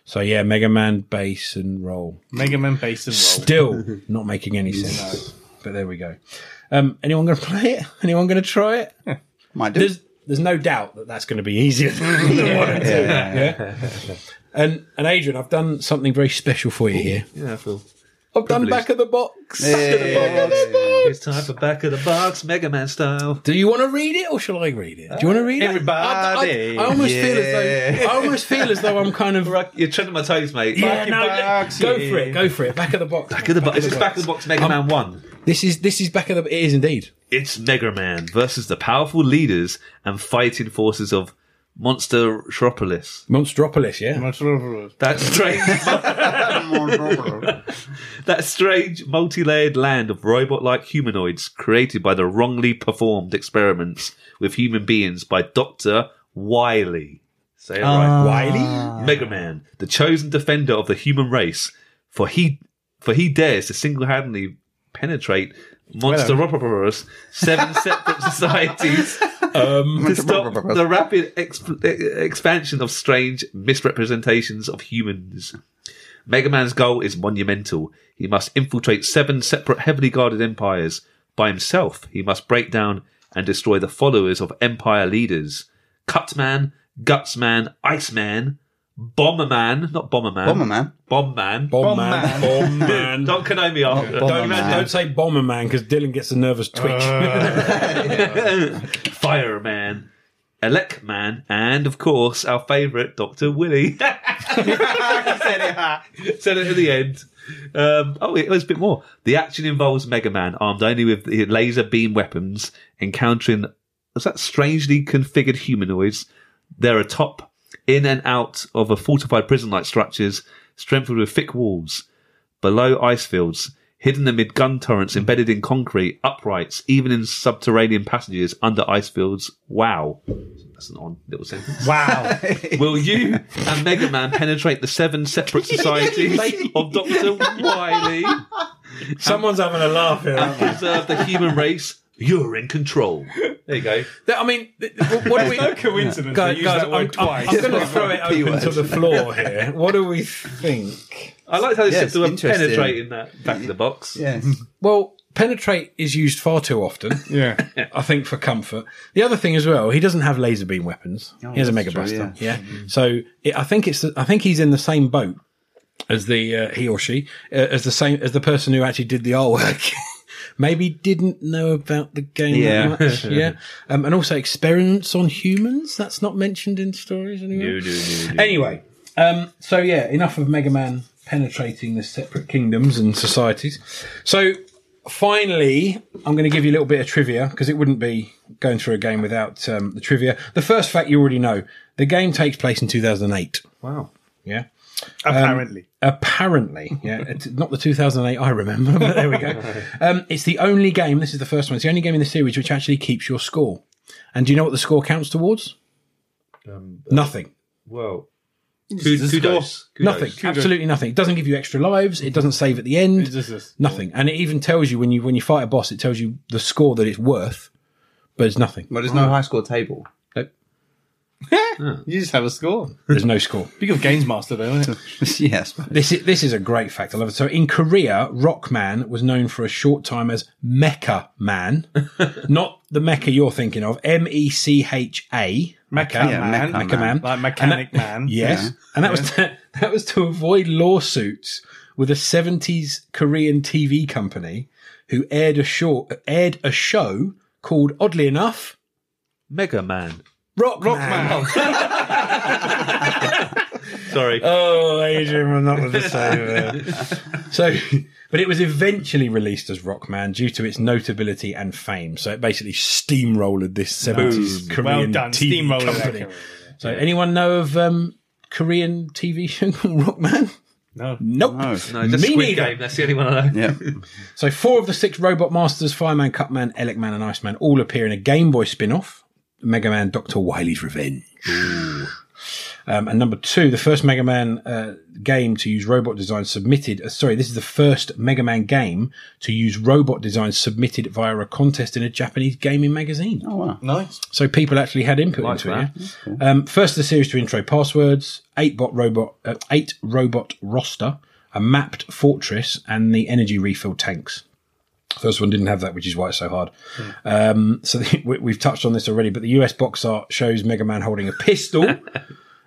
A: So yeah, Mega Man, Base and Roll.
F: Mega Man Base and Roll.
A: Still not making any sense. But there we go. Um, anyone going to play it? Anyone going to try it?
E: Might do.
A: there's there's no doubt that that's going to be easier than one and two. Yeah, And and Adrian, I've done something very special for you here.
D: Yeah, I feel.
A: I've done
D: Privileged.
A: back of the box.
D: It's time for back of the box, Mega Man style.
A: Do you want to read it, or shall I read it? Do you want to read it?
F: Everybody.
A: I, I, I almost feel as
E: Yeah.
A: though I almost feel as though I'm kind of
D: You're treading my toes, mate.
A: yeah.
D: Back,
A: No,
F: box,
A: go
F: yeah.
A: for it. Go for it. Back of the box.
D: of the box. Is this back of the box Mega Man 1?
A: This is this is back of the. It is indeed.
D: It's Mega Man versus the powerful leaders and fighting forces of Monster Metropolis.
A: Monstropolis. Yeah.
D: That strange, that strange multi-layered land of robot-like humanoids created by the wrongly performed experiments with human beings by Doctor Wiley. Say it right.
A: Wiley.
D: Mega Man, the chosen defender of the human race, for he for he dares to single handedly penetrate monster Ropoporus, seven separate societies um, to stop the rapid exp- expansion of strange misrepresentations of humans. Mega Man's goal is monumental. He must infiltrate seven separate heavily guarded empires. By himself, he must break down and destroy the followers of empire leaders. Cutman, Gutsman, Iceman, Bomberman, not Bomberman.
E: Bomberman?
D: Bomberman.
A: Bomb man. Bomb man.
D: don't Konami after.
A: Don't, don't say bomber man because Dylan gets a nervous twitch.
D: Fireman, Elec Man, and of course our favourite Doctor Willy. said it. said it at the end. Um, oh, it was a bit more. The action involves Mega Man, armed only with the laser beam weapons, encountering was that strangely configured humanoids. They're atop, in and out of a fortified prison-like structures, strengthened with thick walls below ice fields, hidden amid gun torrents, embedded in concrete, uprights, even in subterranean passages under ice fields. Wow. That's an odd little sentence.
F: Wow.
D: Will you and Mega Man penetrate the seven separate societies of Dr. Wily
A: Someone's having a laugh here.
D: and preserve the human race? You're in control. There you go.
A: I mean, th- th- what do we?
F: no coincidence.
A: Guys,
F: they use
A: guys,
F: that word
A: I'm,
F: twice.
A: I'm, going to throw it open to the floor here. What do we think?
D: I liked how they
E: Yes,
D: said they were
E: interesting.
D: penetrating that back of the box.
E: Yes.
A: Well, penetrate is used far too often,
F: Yeah.
A: I think, for comfort. The other thing as well, he doesn't have laser beam weapons. he has a
E: Oh, that's
A: mega
E: true, Mm-hmm.
A: blaster. Yeah. So it, I think it's the, I think he's in the same boat as the uh, he or she uh, as the same as the person who actually did the artwork. Maybe didn't know about the game
E: Yeah.
A: that much. Yeah. Um, and also experiments on humans. That's not mentioned in stories anywhere.
D: No, no, no, no.
A: Anyway, um, so yeah, enough of Mega Man penetrating the separate kingdoms and societies. So finally, I'm going to give you a little bit of trivia because it wouldn't be going through a game without um, the trivia. The first fact you already know: the game takes place in 2008.
D: Wow.
A: Yeah. Um,
F: Apparently.
A: Apparently, yeah, it's not the 2008 I remember, but there we go. Um, it's the only game. This is the first one. It's the only game in the series which actually keeps your score. And do you know what the score counts towards? Nothing.
D: Well, kudos. kudos.
A: Nothing. Absolutely nothing. It doesn't give you extra lives. It doesn't save at the end.
F: It's just this.
A: Nothing. And it even tells you when you when you fight a boss, it tells you the score that it's worth, but it's nothing.
E: Well, there's no high score table.
A: Nope.
F: You just have a score.
A: There's no score.
F: Speak of Games Master, though, isn't it?
E: yes.
A: This is this is a great fact. I love it. So in Korea, Rockman was known for a short time as Mecha Man, not the Mecha you're thinking of, M E C H A.
F: Mecha
E: Yeah,
F: Man.
E: Mecha
A: Mecha Man.
F: Like Mechanic Man.
A: Yes, and that was to, that was to avoid lawsuits with a '70s Korean TV company who aired a short aired a show called, oddly enough,
D: Mega Man.
A: Rock Rockman.
D: Sorry.
A: Oh, Adrian, we're not the same. uh, so, but it was eventually released as Rockman due to its notability and fame. So it basically steamrolled this 70s Korean
F: Well done.
A: TV
F: Steamroller. that
A: company.
F: Korean.
A: So anyone know of um, Korean TV show called Rockman?
F: No.
A: Nope.
E: No.
D: no, just
A: me
D: Squid
A: neither.
D: Game. That's the only one I know.
E: Yeah.
A: So four of the six Robot Masters, Fireman, Cutman, Elec Man, and Iceman all appear in a Game Boy spin-off, Mega Man Dr. Wily's Revenge. Um, and number two, the first Mega Man uh, game to use robot design submitted. Uh, sorry, this is the first Mega Man game to use robot design submitted via a contest in a Japanese gaming magazine.
E: Oh, wow.
F: Nice.
A: So people actually had input
D: Like
A: into
D: that.
A: it. Yeah? Um, first of the series to intro passwords, eight bot robot, uh, eight robot roster, a mapped fortress, and the energy refill tanks. First one didn't have that, which is why it's so hard. Um, so the, we, we've touched on this already, but the US box art shows Mega Man holding a pistol.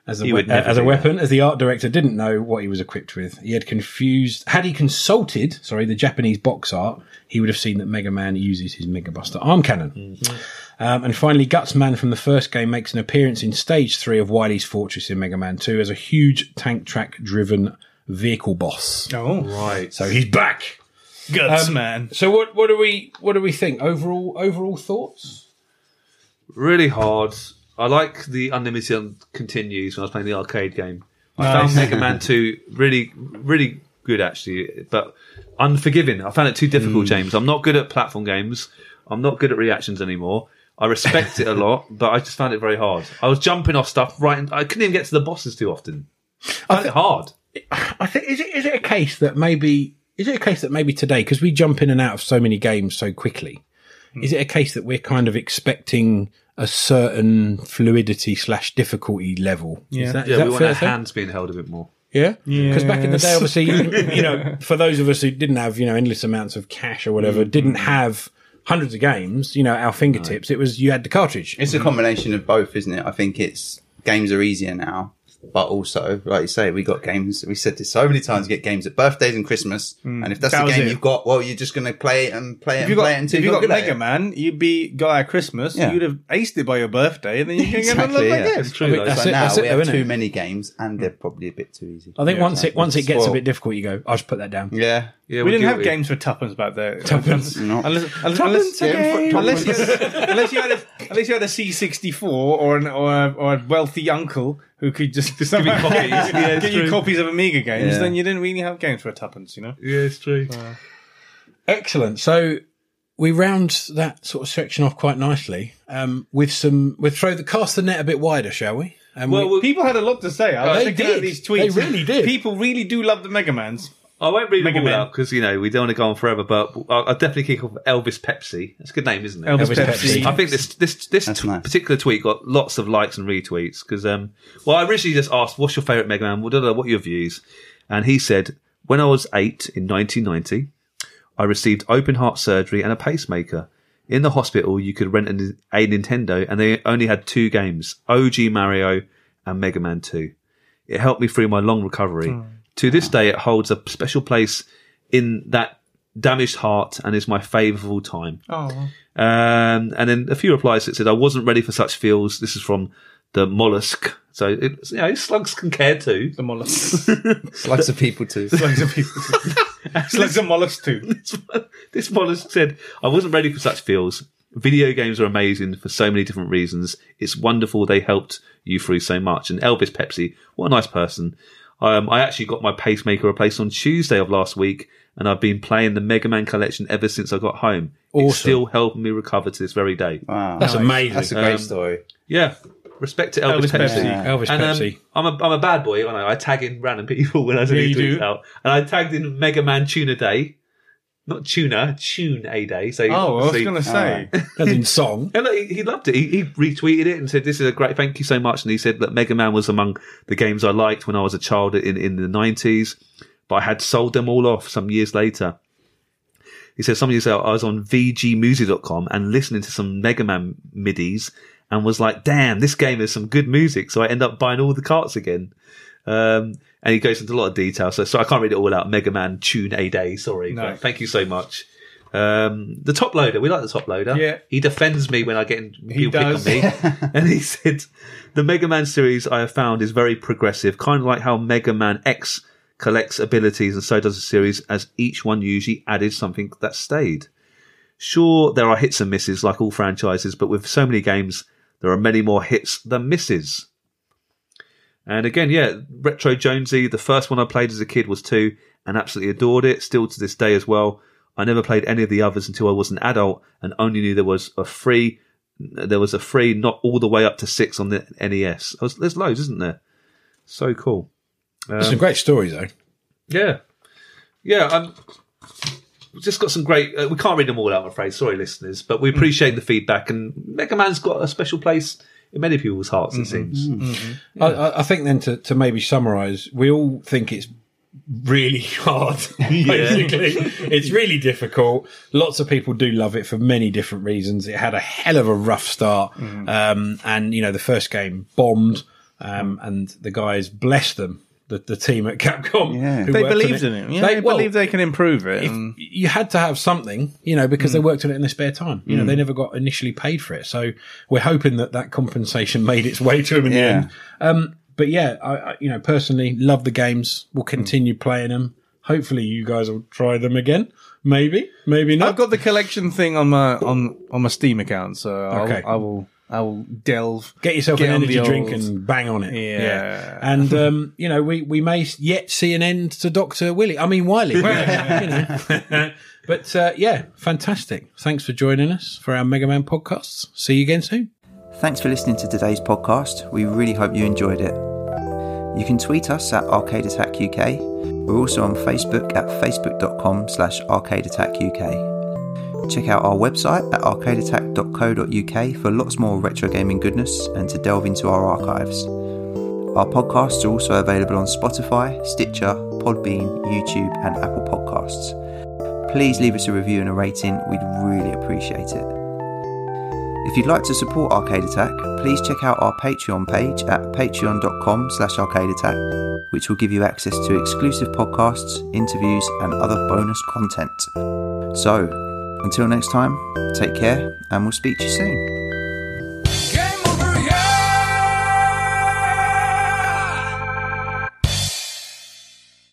A: As a,
D: You
A: we-
D: would never
A: as a
D: do
A: weapon, as the art director didn't know what he was equipped with. He had confused, had he consulted, sorry, the Japanese box art, he would have seen that Mega Man uses his Mega Buster arm cannon.
D: Mm-hmm.
A: Um, and finally, Gutsman from the first game makes an appearance in Stage 3 of Wily's Fortress in Mega Man 2 as a huge tank track driven vehicle boss.
F: Oh.
D: Right.
A: So he's back.
F: Guts
A: Um,
F: Man.
A: So what what do we what do we think overall overall thoughts?
D: really hard. I like the unlimited continues when I was playing the arcade game. I
F: Nice.
D: found Mega Man Two really, really good actually, but unforgiving. I found it too difficult,
F: Hmm.
D: James. I'm not good at platform games. I'm not good at reactions anymore. I respect it a lot, but I just found it very hard. I was jumping off stuff right, and I couldn't even get to the bosses too often. I found it hard.
A: I think is it is it a case that maybe is it a case that maybe today because we jump in and out of so many games so quickly,
F: Hmm.
A: is it a case that we're kind of expecting a certain fluidity slash difficulty level?
F: Yeah.
A: Is that, is
D: Yeah,
A: that
D: we want
A: fair
D: our
A: to say?
D: hands being held a bit more.
A: Yeah, because back in the day,
F: Yes.
A: obviously, you, you know, for those of us who didn't have you know endless amounts of cash or whatever,
F: Hmm.
A: didn't have hundreds of games, you know, at our fingertips. It was you had the cartridge.
E: It's a combination of both, isn't it? I think it's games are easier now, but also, like you say, we got games. We said this so many times: get games at birthdays and Christmas, and if that's
F: Hmm.
E: the
F: That was
E: game
F: it.
E: you've got, well, you're just going to play it and play it
F: If
E: and
F: you got,
E: play it
F: if
E: until
F: you
E: you're
F: got
E: good at
F: Mega
E: it.
F: Man, you'd be got at Christmas.
E: Yeah.
F: You'd have aced it by your birthday, and then you can get another
E: Exactly, yeah.
F: like
E: It's
F: this.
D: True,
A: I think
D: though.
A: that's
E: So
A: it,
E: now
A: that's it,
E: we
A: though,
E: have
A: isn't
E: too
A: it?
E: many games, and they're probably a bit too easy.
A: I think once it once it gets a
E: Spoiled.
A: bit difficult, you go. I'll just put that down.
E: Yeah,
D: Yeah,
F: We
D: we're
F: didn't have
D: guilty.
F: games for tuppence back there.
A: Tuppence.
E: No.
F: Unless, unless,
A: Tuppence a
F: unless,
A: game.
F: unless, you had, unless you had a unless you had a C sixty four or an or a, or a wealthy uncle who could just, just give you
D: copies. Yeah, it's
F: get you
D: true.
F: copies of Amiga games,
E: Yeah.
F: then you didn't really have games for a tuppence, you know.
D: Yeah, it's true.
A: Excellent. So we round that sort of section off quite nicely um, with some. We throw the cast the net a bit wider, shall we? And
D: Well,
A: we-
D: we'll-
F: People had a lot to say. I was
A: They
F: thinking about
A: did.
F: these tweets.
A: They really did.
F: People really do love the Mega Mans.
D: I won't read
F: Mega
D: them all
F: Man.
D: out because you know we don't want to go on forever. But I'll, I'll definitely kick off Elvis Pepsi. That's a good name, isn't it?
F: Elvis,
A: Elvis
F: Pepsi.
A: Pepsi.
D: I think this this this
E: That's
D: t-
E: nice.
D: particular tweet got lots of likes and retweets because um well I originally just asked what's your favorite Mega Man what are what are your views and he said when I was eight in 1990 I received open heart surgery and a pacemaker in the hospital you could rent a, a Nintendo and they only had two games OG Mario and Mega Man Two it helped me through my long recovery to this day it holds a special place in that damaged heart and is my favourite of all time.
F: Oh,
D: Um, and then a few replies that said, I wasn't ready for such feels. This is from the mollusk. So, it's, you know, slugs can care too.
F: the mollusks.
E: lots of people too.
F: Slugs of people. Slugs of mollusks too.
D: this mollusk said, I wasn't ready for such feels. Video games are amazing for so many different reasons. It's wonderful they helped you through so much. And Elvis Pepsi, what a nice person. Um, I actually got my pacemaker replaced on Tuesday of last week, and I've been playing the Mega Man collection ever since I got home.
A: Awesome.
D: It's still helping me recover to this very day.
E: Wow,
A: that's amazing.
E: that's a great
D: Um,
E: story.
D: Yeah, respect to Elvis,
F: Elvis
D: Pepsi.
F: Pepsi.
A: Elvis
D: And, um,
A: Pepsi.
D: I'm a I'm a bad boy, aren't I? I tag in random people when I do
F: Yeah, you
D: these tweets
F: do.
D: out, and I tagged in Mega Man Tuna Day not tuner, tune a day. So
F: Oh, I was
D: obviously-
A: uh,
F: going to say.
A: As in song.
D: And look, he, he loved it. He, he retweeted it and said, "This is a great. Thank you so much." And he said that Mega Man was among the games I liked when I was a child in in the nineties, but I had sold them all off some years later. He said, "Some years ago, I was on VGMusic.com and listening to some Mega Man midis, and was like, damn, this game has some good music.' So I end up buying all the carts again." Um, and he goes into a lot of detail, so so I can't read it all out. Mega Man Tune A Day, sorry.
F: No.
D: But thank you so much. Um, the top loader, we like the top loader.
F: Yeah.
D: He defends me when I get in,
F: He
D: he'll pick on
F: does.
D: me. and he said, The Mega Man series I have found is very progressive, kind of like how Mega Man X collects abilities and so does the series, as each one usually added something that stayed. Sure, there are hits and misses like all franchises, but with so many games, there are many more hits than misses. And again, yeah, Retro Jonesy, the first one I played as a kid was two and absolutely adored it, still to this day as well. I never played any of the others until I was an adult and only knew there was a free, there was a free, not all the way up to six on the NES. There's- There's loads, isn't there? So cool.
A: It's a great story, though.
D: Yeah, yeah. Um, we've just got some great. Uh, we can't read them all out, I'm afraid. Sorry, listeners, but we appreciate the feedback. And Mega Man's got a special place in many people's hearts. It seems.
A: I- I, I think then to, to maybe summarise, we all think it's really hard. Basically, it's really difficult. Lots of people do love it for many different reasons. It had a hell of a rough start, um, and you know the first game bombed, um, and the guys bless them. The, the team at Capcom,
G: Yeah.
A: who
F: They
A: worked on
F: believed in it. Yeah, they,
A: well,
F: believe they can improve it.
A: if
F: and-
A: you had to have something, you know,
F: Mm.
A: because they worked on it in their spare time. You know, they never got initially paid for it. So we're hoping that that compensation made its way to them in the
G: Yeah.
A: end. Um, but yeah, I, I, you know, personally love the games. We'll
F: Mm.
A: continue playing them. Hopefully, you guys will try them again. Maybe, maybe not.
F: I've got the collection thing on my on on my Steam account, so
A: Okay.
F: I'll, I will I will delve.
A: Get yourself
F: Get
A: an
F: on
A: energy
F: the
A: drink
F: old-
A: and bang on it.
F: Yeah.
A: And, um, you know, we, we may yet see an end to Dr. Willie. I mean, Wiley. you know. but, uh, yeah, fantastic. Thanks for joining us for our Mega Man podcasts. See you again soon.
G: Thanks for listening to today's podcast. We really hope you enjoyed it. You can tweet us at Arcade Attack UK. We're also on Facebook at facebook.com slash Arcade Attack UK. Check out our website at arcadeattack.co.uk for lots more retro gaming goodness and to delve into our archives. Our podcasts are also available on Spotify, Stitcher, Podbean, YouTube, and Apple Podcasts. Please leave us a review and a rating, we'd really appreciate it. If you'd like to support Arcade Attack, please check out our Patreon page at patreon.com slash arcadeattack, which will give you access to exclusive podcasts, interviews, and other bonus content. So, until next time, take care, and we'll speak to you soon.